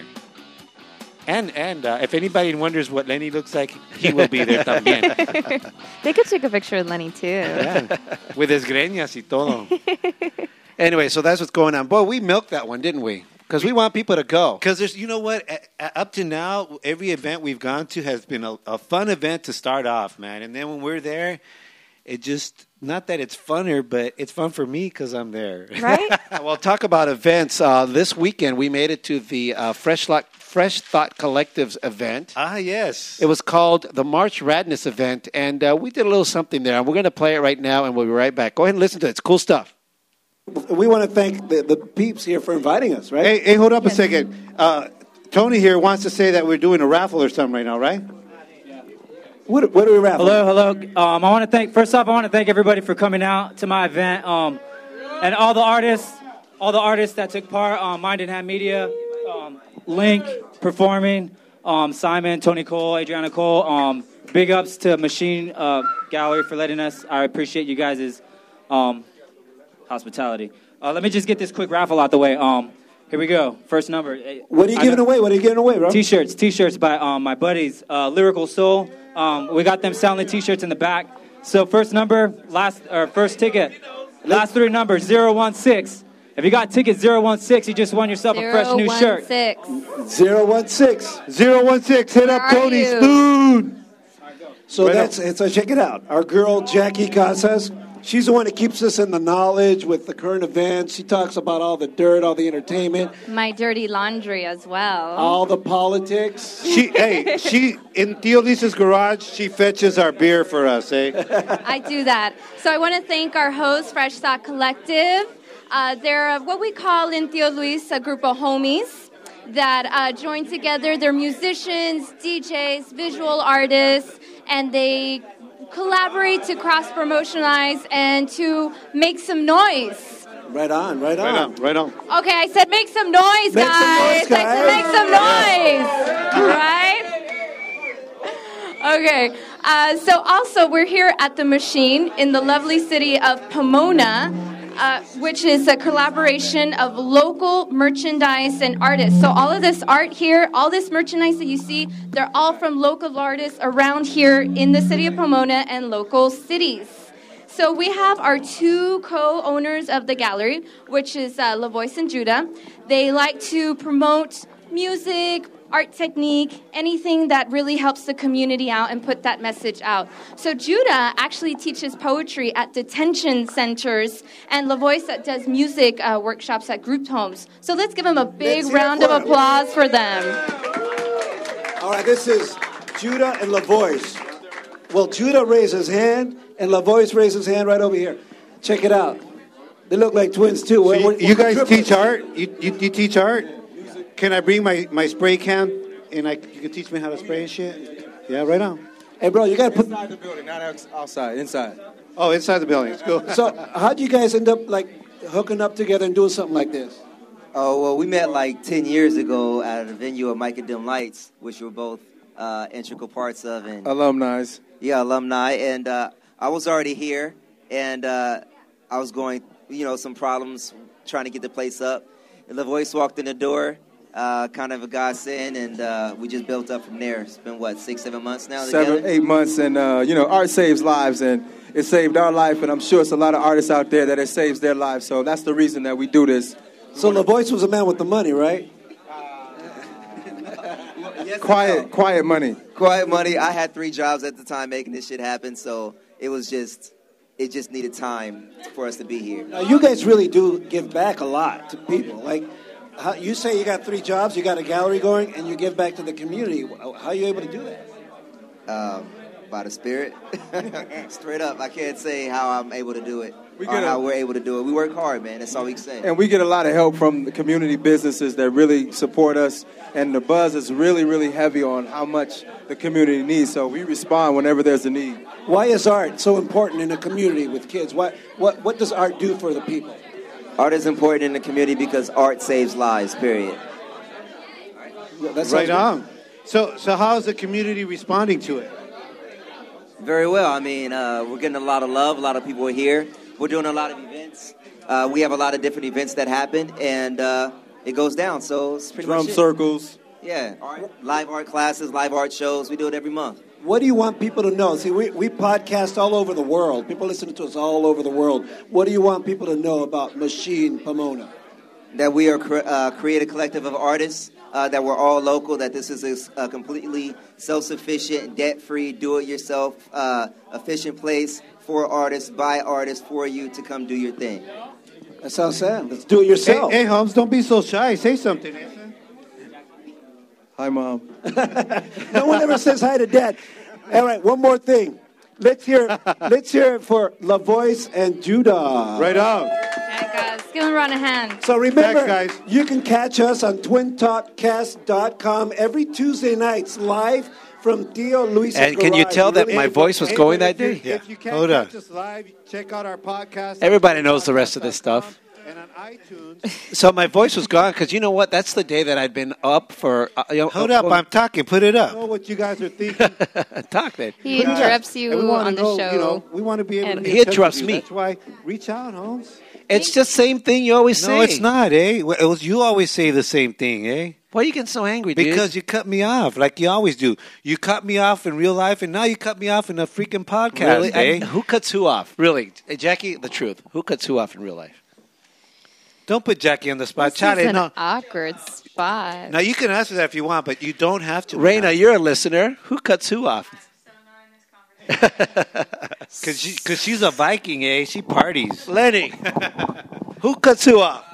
And and uh, if anybody wonders what Lenny looks like, he will be there también. they could take a picture with Lenny too. yeah. With his greñas y todo. anyway, so that's what's going on. Boy, we milked that one, didn't we? Because we want people to go. Because there's, you know what? A- a- up to now, every event we've gone to has been a, a fun event to start off, man. And then when we're there, it just not that it's funner, but it's fun for me because I'm there. Right? well, talk about events. Uh, this weekend, we made it to the uh, Fresh, Lock, Fresh Thought Collective's event. Ah, yes. It was called the March Radness event, and uh, we did a little something there. And we're going to play it right now, and we'll be right back. Go ahead and listen to it. It's cool stuff. We want to thank the, the peeps here for inviting us, right? Hey, hey hold up a second. Uh, Tony here wants to say that we're doing a raffle or something right now, right? What, what are we raffling? Hello, hello. Um, I want to thank. First off, I want to thank everybody for coming out to my event, um, and all the artists, all the artists that took part. Um, Mind and Hand Media, um, Link performing, um, Simon, Tony Cole, Adriana Cole. Um, big ups to Machine uh, Gallery for letting us. I appreciate you guys' um, hospitality. Uh, let me just get this quick raffle out the way. Um, here we go. First number. What are you I giving know- away? What are you giving away, bro? T-shirts, T-shirts by um, my buddies, uh, Lyrical Soul. Um, we got them selling T-shirts in the back. So first number, last or first ticket, last three numbers, 016. If you got ticket 016, you just won yourself a fresh new shirt. 016. 016. Hit up Where are Tony's you? food. So Right that's it. So check it out. Our girl Jackie Casas, she's the one that keeps us in the knowledge with the current events. She talks about all the dirt, all the entertainment, My dirty laundry as well. Oh, all the politics. She, hey, she in Theodice's garage. She fetches our beer for us, eh? I do that. So I want to thank our host, Fresh Thought Collective. Uh, they're what we call in Theo Luis a group of homies that uh, join together. They're musicians, DJs, visual artists, and they collaborate to cross promotionalize and to make some noise. Right on, right on. Right on, right on. Okay, I said make some noise, Make some guys. noise, I said guys. make some noise. All right? Okay. Uh, so also, we're here at the Machine in the lovely city of Pomona. Uh, which is a collaboration of local merchandise and artists. So, all of this art here, all this merchandise that you see, they're all from local artists around here in the city of Pomona and local cities. So we have our two co-owners of the gallery, which is uh, Lavoice and Judah. They like to promote music, art technique, anything that really helps the community out and put that message out. So Judah actually teaches poetry at detention centers, and Lavoice that does music uh, workshops at group homes. So let's give them a big Let's hear it round of for 'em. applause for them. All right, this is Judah and Lavoice. Well, Judah raised his hand, and Lavoice raised his hand right over here. Check it out. They look like twins, too. We're- we're- You guys triplets. teach art? You, you, you teach art? Can I bring my, my spray can and I, you can teach me how to spray and shit? Yeah, right on. Hey, bro, you gotta put inside the building, not outs- outside, inside. Oh, inside the building. It's cool. So, how'd you guys end up like hooking up together and doing something like this? Oh well, we met like ten years ago at a venue of Mike and Dim Lights, which we were both uh, integral parts of, and Alumni. yeah, alumni. And uh, I was already here, and uh, I was going, you know, some problems trying to get the place up. And Lavoice walked in the door, uh, kind of a godsend, and uh, we just built up from there. It's been what six, seven months now. Seven, together? eight months, and uh, you know, art saves lives, and it saved our life, and I'm sure it's a lot of artists out there that it saves their lives. So that's the reason that we do this. So, Lavoice was a man with the money, right? Quiet, quiet money. Quiet money. I had three jobs at the time making this shit happen, so it was just, it just needed time for us to be here. Now, you guys really do give back a lot to people. Like, how, you say you got three jobs, you got a gallery going, and you give back to the community. How are you able to do that? um, by the Spirit. Straight up, I can't say how I'm able to do it We or gotta- how we're able to do it. We work hard, man. That's all we can say. And we get a lot of help from the community businesses that really support us, and the buzz is really, really heavy on how much the community needs. So we respond whenever there's a need. Why is art so important in a community with kids? What, what, what does art do for the people? Art is important in the community because art saves lives. Period. right on. So, so how is the community responding to it? Very well. I mean, uh, we're getting a lot of love. A lot of people are here. We're doing a lot of events. Uh, we have a lot of different events that happen, and uh, it goes down. So it's pretty Drum much it. circles. Yeah, art, live art classes, live art shows. We do it every month. What do you want people to know? See, we, we podcast all over the world. People listen to us all over the world. What do you want people to know about Machine Pomona? that we are cre- uh, create a collective of artists uh, that we're all local that this is a s- a, completely self-sufficient debt-free do-it-yourself uh, efficient place for artists, by artists, for you to come do your thing. That sounds sad. Let's do it yourself. Hey, hey, Holmes, don't be so shy. Say something. Hi, Mom. no one ever says hi to dad. All right, one more thing. Let's hear let's hear it for La Voice and Judah. Right on. Guys, give him a round of hand. So remember, you can catch us on twintalkcast.com every Tuesday nights live from Dio Luis. And can you tell that my voice was going that day? Yeah. If you can't Hold on. catch us live, check out our podcast. Everybody knows the rest of this stuff. And on iTunes. So my voice was gone because you know what? That's the day that I'd been up for. Uh, you know, Hold up, I'm talking. Put it I know what you guys are thinking. Talk then. He Put it up. interrupts you And we wanna on the know, show. You know, we want to be able And- to. He in touch interrupts with you. me. That's why reach out, Holmes. It's just same thing you always say. No, it's not, eh? Well, it was- you always say the same thing, eh? Why are you getting so angry, dude? Because you cut me off, like you always do. You cut me off in real life, and now you cut me off in a freaking podcast, Really? eh? And who cuts who off? Really, Hey, Jackie, the truth. Who cuts who off in real life? Don't put Jackie on the spot, This is Charlie. an No. awkward spot. Now you can answer that if you want, but you don't have to. Raina, you're a listener. Who cuts who off? because she, 'cause she's a Viking, eh? She parties. Lenny, who cuts who off?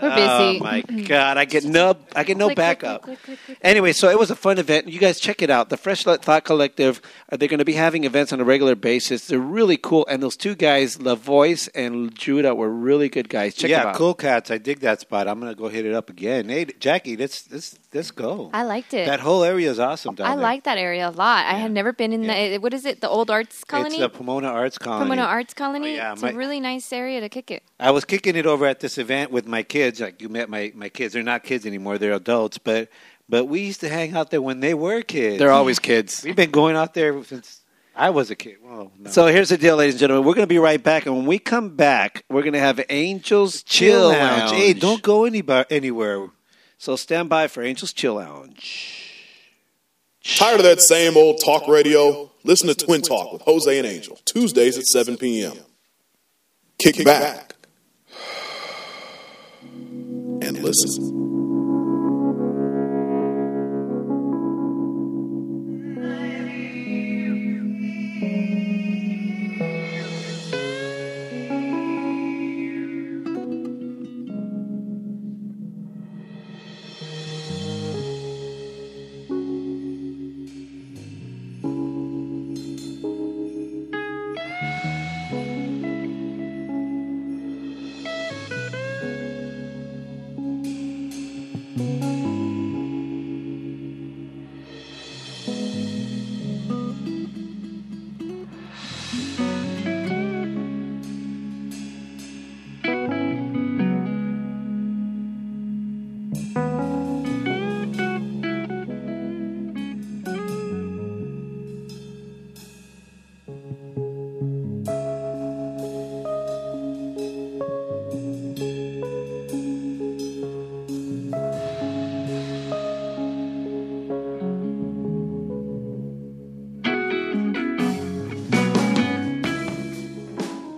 We're busy. Oh my god, I get no, I get no Click, click, backup. click, click, click, click. Anyway, so it was a fun event. You guys check it out. The Fresh Thought Collective. uh, They're going to be having events on a regular basis. They're really cool, and those two guys, Lavoice and Judah, were really good guys. Check yeah, them out. cool cats. I dig that spot. I'm gonna go hit it up again. Hey, Jackie, let's let's let's go. I liked it. That whole area is awesome down I there. like that area a lot. I had never been in the eh, what is it? The old arts colony, It's the Pomona Arts Colony. Pomona Arts Colony. yeah, it's my- a really nice area to kick it. I was kicking it over at this event with my kids. Like you met my, my kids. They're not kids anymore. They're adults, but but we used to hang out there when they were kids. They're always kids. We've been going out there since I was a kid. Well, So here's the deal, ladies and gentlemen. We're going to be right back, and when we come back, we're going to have Angels Chill, Lounge. Hey, don't go anybody, anywhere. So stand by for Angels Chill Lounge. Tired of that same old talk radio? Listen to Twin Talk with Jose and Angel, Tuesdays at 7 p.m. Kick back and listen.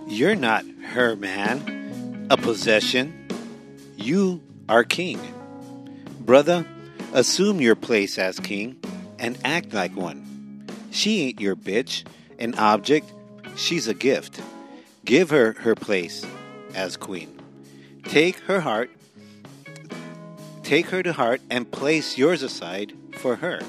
You're not her man, a possession. You are king. Brother, assume your place as king and act like one. She ain't your bitch, an object. She's a gift. Give her her place as queen. Take her heart, take her to heart, and place yours aside for her.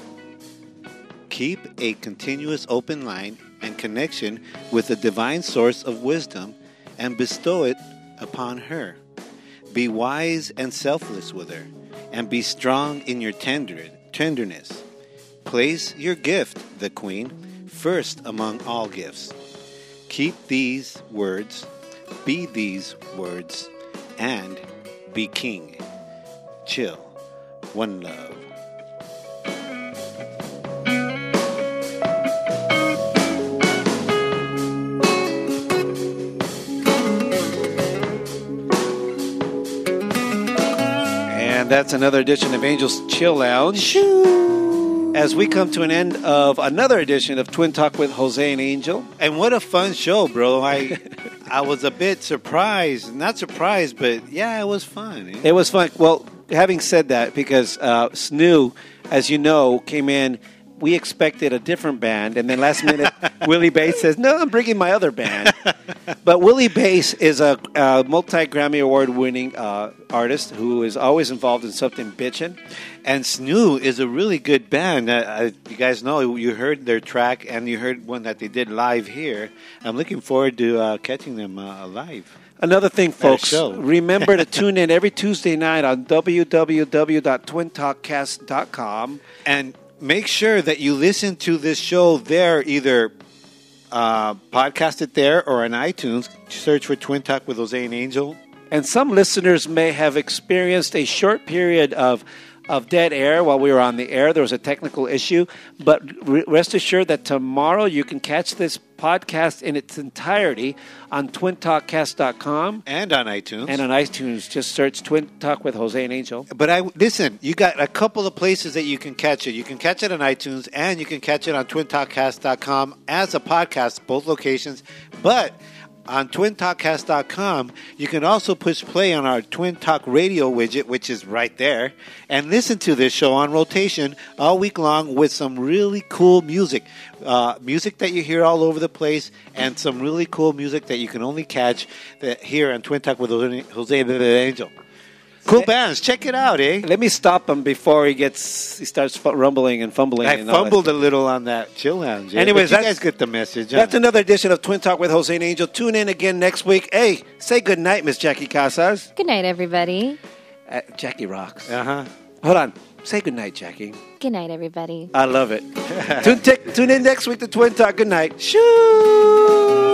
Keep a continuous open line and connection with the divine source of wisdom and bestow it upon her. Be wise and selfless with her, and be strong in your tender, tenderness. Place your gift, the Queen, first among all gifts. Keep these words, be these words, and be king. Chill. One love. And that's another edition of Angels Chill Lounge. As we come to an end of another edition of Twin Talk with Jose and Angel. And what a fun show, bro. I I was a bit surprised. Not surprised, but yeah, it was fun. eh? It was fun. Well, having said that, because uh, Snoo, as you know, came in we expected a different band, and then last minute Willie Bass says, "No, I'm bringing my other band." but Willie Bass is a, uh multi Grammy award winning uh, artist who is always involved in something bitchin'. And Snoo is a really good band. Uh, uh, you guys know you heard their track, and you heard one that they did live here. I'm looking forward to uh, catching them uh, live. Another thing, At a folks, show. remember to tune in every Tuesday night on www.twintalkcast.com. And make sure that you listen to this show there, either uh, podcast it there or on iTunes. Search for Twin Talk with Jose and Angel. And some listeners may have experienced a short period of of dead air while we were on the air. There was a technical issue, but re- rest assured that tomorrow you can catch this podcast in its entirety on twintalkcast.com and on iTunes. And on iTunes, just search Twin Talk with Jose and Angel. But I listen. You got a couple of places that you can catch it. You can catch it on iTunes, and you can catch it on TwinTalkCast.com as a podcast, both locations. But on TwinTalkCast.com, you can also push play on our Twin Talk Radio widget, which is right there, and listen to this show on rotation all week long with some really cool music, uh, music that you hear all over the place, and some really cool music that you can only catch that here on Twin Talk with Jose, Jose Angel. Cool bands. Check it out, eh? Let me stop him before he gets he starts fu- rumbling and fumbling. I and all that fumbled a little on that chill lounge. eh? Anyways, but you that's- guys get the message. huh? That's another edition of Twin Talk with Jose and Angel. Tune in again next week. Hey, say good night, Miss Jackie Casas. Uh-huh. Good night, everybody. Uh, Jackie rocks. Uh huh. Hold on. Say good night, Jackie. Good night, everybody. I love it. tune, tick- tune in next week to Twin Talk. Good night. Shoo.